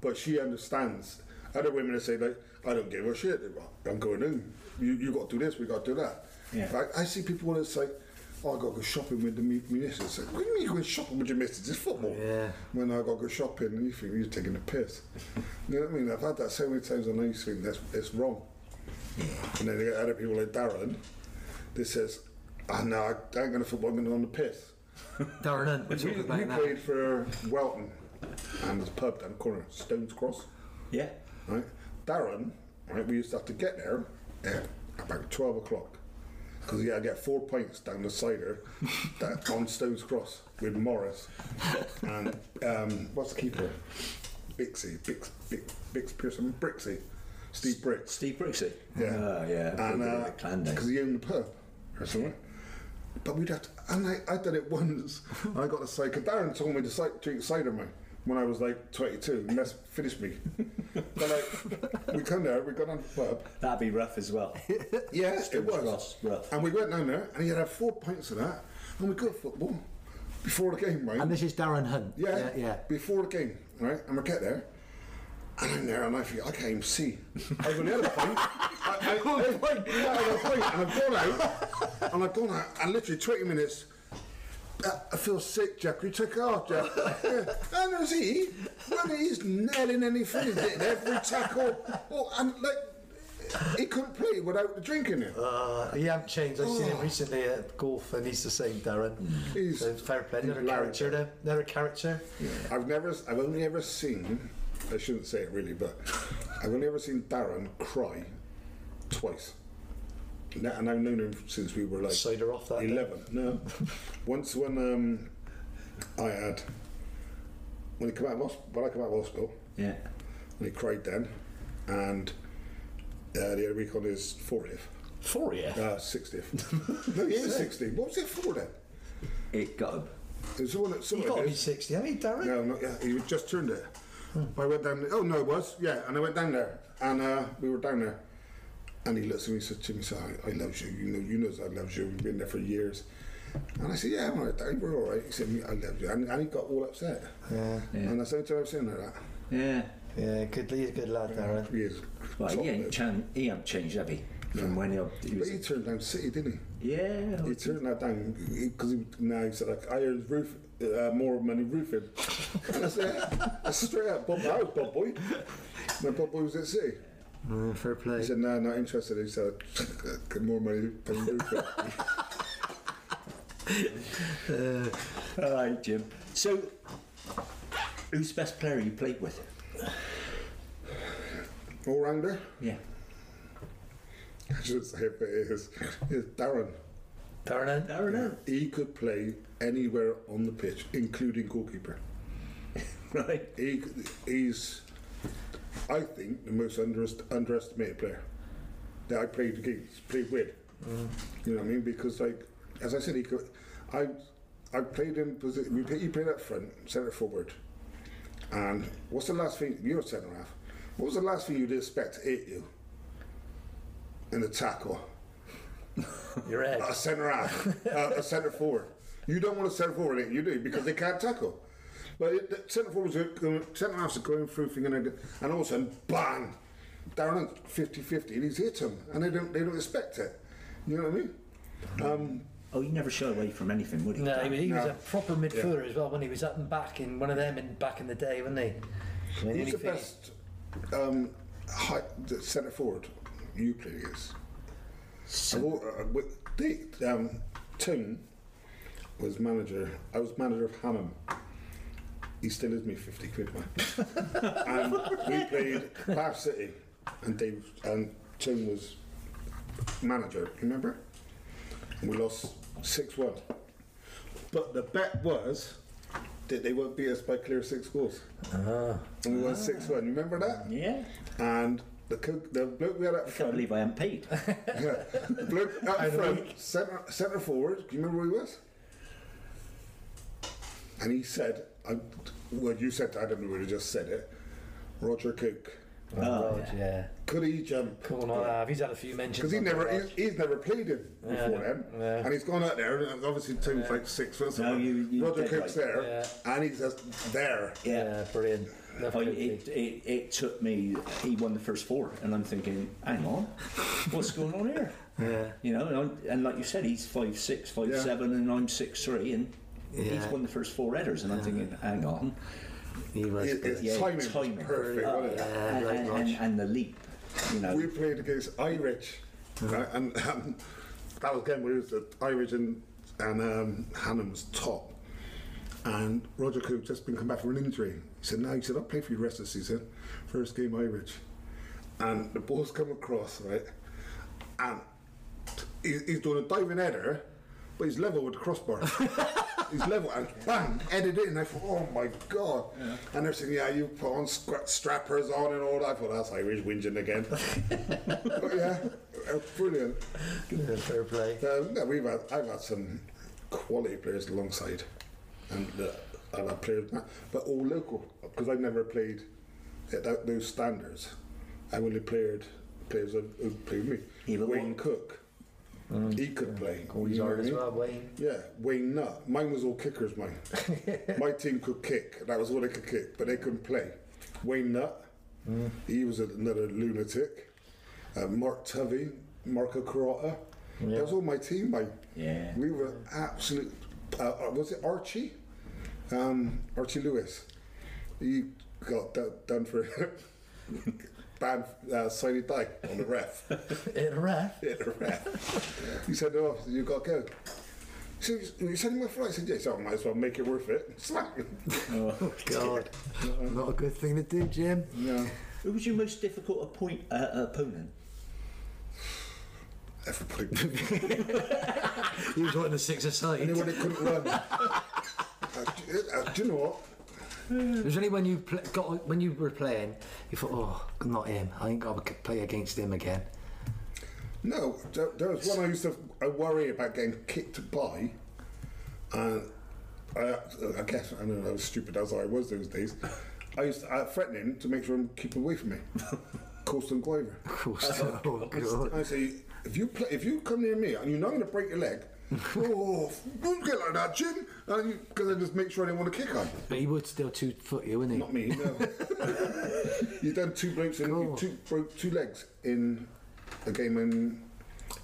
but she understands. Other women that say like, I don't give a shit. I'm going in. You you got to do this. We got to do that. Yeah. Like, I see people that's like, oh, I got to go shopping with the mi- my missus. It's Like, what do you mean you going shopping with your missus? It's football. Yeah. When I got to go shopping, you think you're taking a piss. you know what I mean? I've had that so many times, and I used to think that's it's wrong. And then you get other people like Darren that says, oh, no, I ain't going to football, I'm going to go on the piss. Darren Hunt, we're We, talking we about that. played for Welton and there's a pub down the corner, Stones Cross. yeah, Right? Darren, right, we used to have to get there at about 12 o'clock because he had to get four pints down the cider that, on Stones Cross with Morris and um, what's the keeper? Bixie, Bix, Bix, Bix Pearson, Brixie, Steve Bricks. Steve Brixey. Yeah. oh, yeah, and uh, because because he owned the pub or something. But we'd have to, and I, I did it once. and I got the cider. Darren told me to ci- drink cider man when I was like 22, and that's finished me. but like, we come there, we got on the pub. that'd be rough as well. Yeah, it Stones was. Um, Cross, rough. And we went down there, and he had had four pints of that, and we got football before the game, right? And this is Darren Hunt. Yeah, yeah. yeah. Before the game, right? And we get there, and I'm there, and I think I can't even see. I was on the other point. I, I, I, yeah, I was on the point, and I've gone out, and I've gone out, and literally 20 minutes. "Uh, I feel sick, Jack. You took off, Jack. yeah. And there's he. Well, he's nailing anything. He's hitting every tackle. Oh, and like, he couldn't play without the drink in him. Uh, he haven't changed. I've seen him recently at golf, and he's the same Darren. Oh. He's- so fair play. he's Another loud. character, though. another character. I've never, I've only ever seen, I shouldn't say it really, but I've only ever seen Darren cry twice. And that- and I've known him since we were like Cider off that day. 11. No. Once when um, I had, when he came out of hospital, when I came out of hospital, Yeah, and he cried then, and uh, the other week on his 40th, for you, uh, 60th. no, he is 60. What was it for then? it got him. It was someone, someone You've got it to be is. 60, haven't you, Darren? No, not yet. He just turned it. But I went down. There. Oh no, it was. Yeah, and I went down there, and uh, we were down there, and he looks at me and said to me, "So I, I love you. You know, you know, I love you. We've been there for years." And I said, "Yeah, I'm all right. Dave. We're all right." He said, "I love you," and, and he got all upset. Yeah, Yeah. And I said to him, "I've seen like that. Yeah, yeah, good, he's a good lad, Darren. He is. well, top he ain't of- chan- he ain't changed, have he? From when he, he but was, he turned down City, didn't yeah, he? He turned that down because he, now he said, like, I earned roof, uh, more money roofing. and I said, "Yeah, straight up, Bob, I was Bob Boy. When Bob Boy was at City. Mm, fair play. He said, no, not interested. He said, get more money than you do. all right, Jim. So, who's the best player you played with? All rounder? Yeah, I should say, but it is, it's Darren. Darren, I don't know. He could play anywhere on the pitch, including goalkeeper. Right. He, he's, I think, the most underest, underestimated player that I played against, played with. You know what I mean? Because, like, as I said, he could, I, I played him. posi- We play, he played up front, centre forward. And what's the last thing you're a centre half? What was the last thing you'd expect to hit you in a tackle? you're Ed. a centre half, uh, a centre forward. You don't want a centre forward, eh? you do because they can't tackle. But it, the centre forwards are going, centre halves are going through thinking, they're go- and all of a sudden, bang, Darren 50-50, and he's hit him, and they don't they don't expect it. You know what I mean? Oh, you never shy away from anything, would you? No, he was, he was No. a proper midfielder as well when he was up and back in one of them in back in the day, wasn't he? The only Who's the thing- best um, high, the centre forward you play against? I've al- uh, with Dick, um, Tune was manager. I was manager of Hammond. He still owes me fifty quid, man. and we played Bath City, and Dave and Tune was manager. Remember? And we lost six one. But the bet was that they won't beat us by clear six goals. And we won six one. Remember that? Yeah. And the cook, the bloke we had up I can't front, believe I am paid. the bloke up front, centre, centre forward. Do you remember who he was? And he said, I, "Well, you said I don't know who just said it." Roger Cook. Oh, God, yeah. Could he jump? Cool, not have. He's had a few mentions. Because he on never, that. he's, he's never played him Yeah, before then, yeah. and he's gone out there, and obviously Tim's like six foot. No, something. you- you Roger did Cook's right. there, Yeah. and he's just there. yeah. brilliant. Love I, Cookie. Oh, it, it, it took me, he won the first four, and I'm thinking, hang on, what's going on here? Yeah. You know, and, I'm- and like you said, he's five six, five Yeah. seven, and I'm six three, and he's Yeah. won the first four headers, and I'm thinking, hang on, He was It- brilliant. it's Yeah, timing, was timing. perfect. wasn't it? Yeah, and, great and, match. and, and the leap, you know, We played against Irish, right? and um, that was again we was at Irish and and um, Hannum was top, and Roger Cook just been come back from an injury. He said, "No," he said, "I'll play for you the rest of the season." First game Irish, and the ball's come across right, and he, he's doing a diving header, but he's level with the crossbar. he's level and bang, headed it, and I thought, oh my god. And they're saying, yeah, you put on scra- strappers on and all that. I thought, that's Irish whinging again. but yeah, uh, brilliant. Yeah, fair play. Um, no, we've had, I've had some quality players alongside, and uh, I've had players, but all local because I've never played at that, those standards. I only played players who who played me. Yeah, but Wayne one- Cook, he could play. Mm. Always you know hard what I as mean? well, Wayne. Yeah, Wayne Nutt. Mine was all kickers. Mine. My team could kick. That was all they could kick, but they couldn't play. Wayne Nutt. He was another lunatic. Uh, Mark Tuvey, Marco Carota. That was all my team. Mine. Yeah. We were absolute. Uh, uh, was it Archie? Um, Archie Lewis. He got d- done for bad uh, signy die on the ref. In a ref. Yeah, the ref. he said, "Oh, you got to go." He said, "You sending my flight?" I said, "Yes." I might as well make it worth it. Smack. God, not a good thing to do, Jim. yeah. who was your most difficult appoint, uh, opponent? Everybody. He was wanting a six aside. Anyone that couldn't run. Uh, do, uh, do you know what? There's only when you pl- got when you were playing, you thought, "Oh, not him. I ain't got to play against him again." No, there, there was one I used to I worry about getting kicked by, and I, uh, I guess I don't know how stupid as I was those days. I used to, I threatened him to make sure him keep away from me. Colston Glover. Of course. oh God. I say, if you play, if you come near me and you're not going to break your leg, oh, don't get like that, Jim. And because I just make sure I didn't want to kick on. But he would still two foot you, wouldn't he? Not me. No. Oh. you done two blokes in you God. two broke two legs in a game in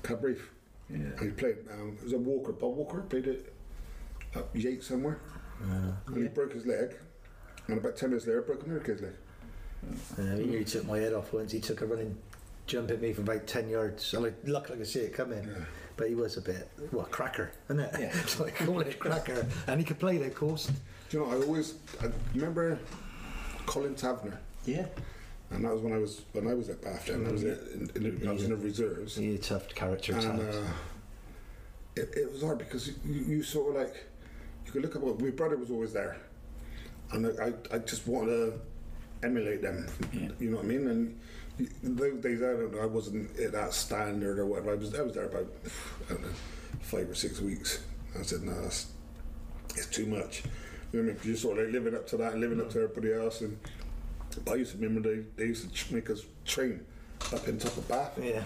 Cabrief. Yeah. He played. Um, it was a Walker. Bob Walker played it at Yates somewhere, and he broke his leg. And about ten minutes later, broke another kid's leg. Yeah, he nearly took my head off once. He took a running jump at me from about 10 yards. I like, luckily I could see it coming. But he was a bit, well, cracker, isn't it? Yeah. so I call it cracker. And he could play, of course. Do you know? I always I remember Colin Tavner. Yeah. and that was when I was when I was Mm-hmm. at Bath. Then I was in, in, in, I was in the reserves, He's a tough character. and Tavs. uh, it, it was hard because you, you sort of like you could look up. My brother was always there, and I, I, I just want to emulate them. You know what I mean? And you- those days, I don't know. I wasn't at that standard or whatever. I was I was there about I don't know, five or six weeks. I said, no, that's, it's too much. You know what I mean? You're sort of like living up to that, living up to everybody else, and I used to remember they, they used to ch- make us train up in top of Bath. Yeah.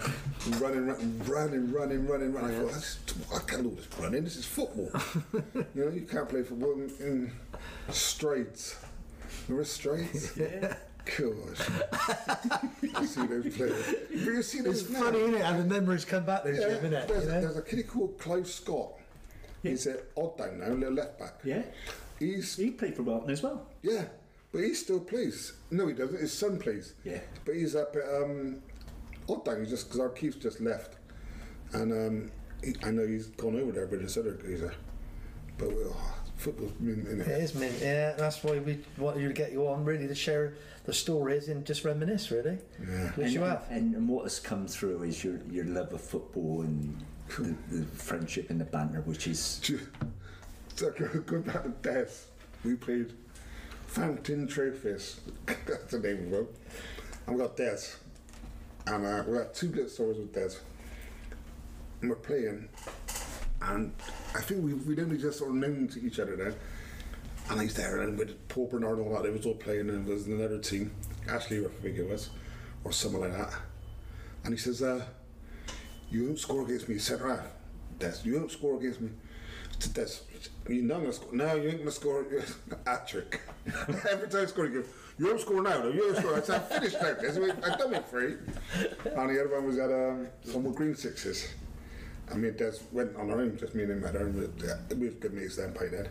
Running, running, running, running, running, running. I thought, "This is- I can't do this running. This is football. you know, you can't play football in, in strides. There were strides. Yeah. Gosh. you see those players. But you see those It's now. funny, isn't it? How the memories come back there, Yeah, Jim, isn't it? there's, You a, know? there's a kid called Clive Scott. He's at odd down now, little left back. Yeah. He's He played for Barton as well. yeah, but he still plays. No, he doesn't. His son plays. Yeah. But he's up at um, Oddang, he's just because our Keith's just left, and um, he, I know he's gone over there with this other geezer. But oh, football's been in It it. is, man. Yeah, that's why we want you to get you on, really, to share the stories and just reminisce, really. Yeah. Which and, you have. And, and what has come through is your, your love of football and the, the friendship and the banter, which is Ju- So go- go back to death. We played Fountain Trophies. That's the name of it. And we got Des. And uh, we got two good stories with Des. And we're playing. And I think we, we'd only just sort of known to each other then. And he's there and with Paul Bernard and all that. They was all playing and there was another team. Ashley, I think it was. Or someone like that. And he says, uh, you won't score against me, centre half. That's you won't score against me. T- That's you know I'm gonna score. No, you ain't gonna score. Hat trick. Every time I score, you go, you won't score now. Though. You won't score. I said, I'm finished now. That's it. I've done it for you. And the other one was at um, some with green sixes. I mean, Des went on our own, just me and him at our own with, uh, with good mates then by then,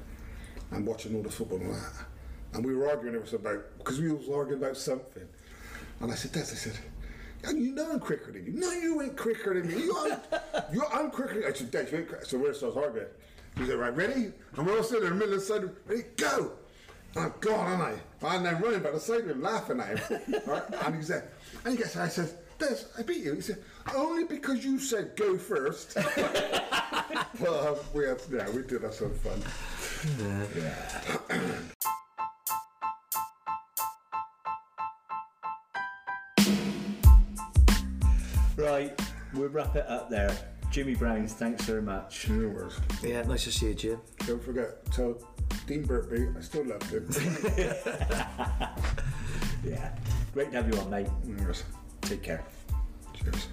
and watching all the football and all that. And we were arguing, it was about, because we was arguing about something. And I said, Des, I said, and you know I'm quicker than you. No, you ain't quicker than me. You are, you are, I'm quicker than you. I said, Des, you ain't quicker. So we're still arguing. He said, right, ready? And we're all sitting in the middle of the side, ready, go! And I'm gone, aren't I? And I'm running by the side of him, laughing at him. right? And he said, and he gets, I said, Des, I beat you. He said, only because you said go first. Well, um, we had, yeah, we did have some fun. right. We'll wrap it up there. Jimmy Browns, thanks very much. No worries. Yeah, nice to see you, Jim. Don't forget, tell Dean Burtby I still loved him. Yeah, great to have you on, mate. no worries. Take care. Cheers.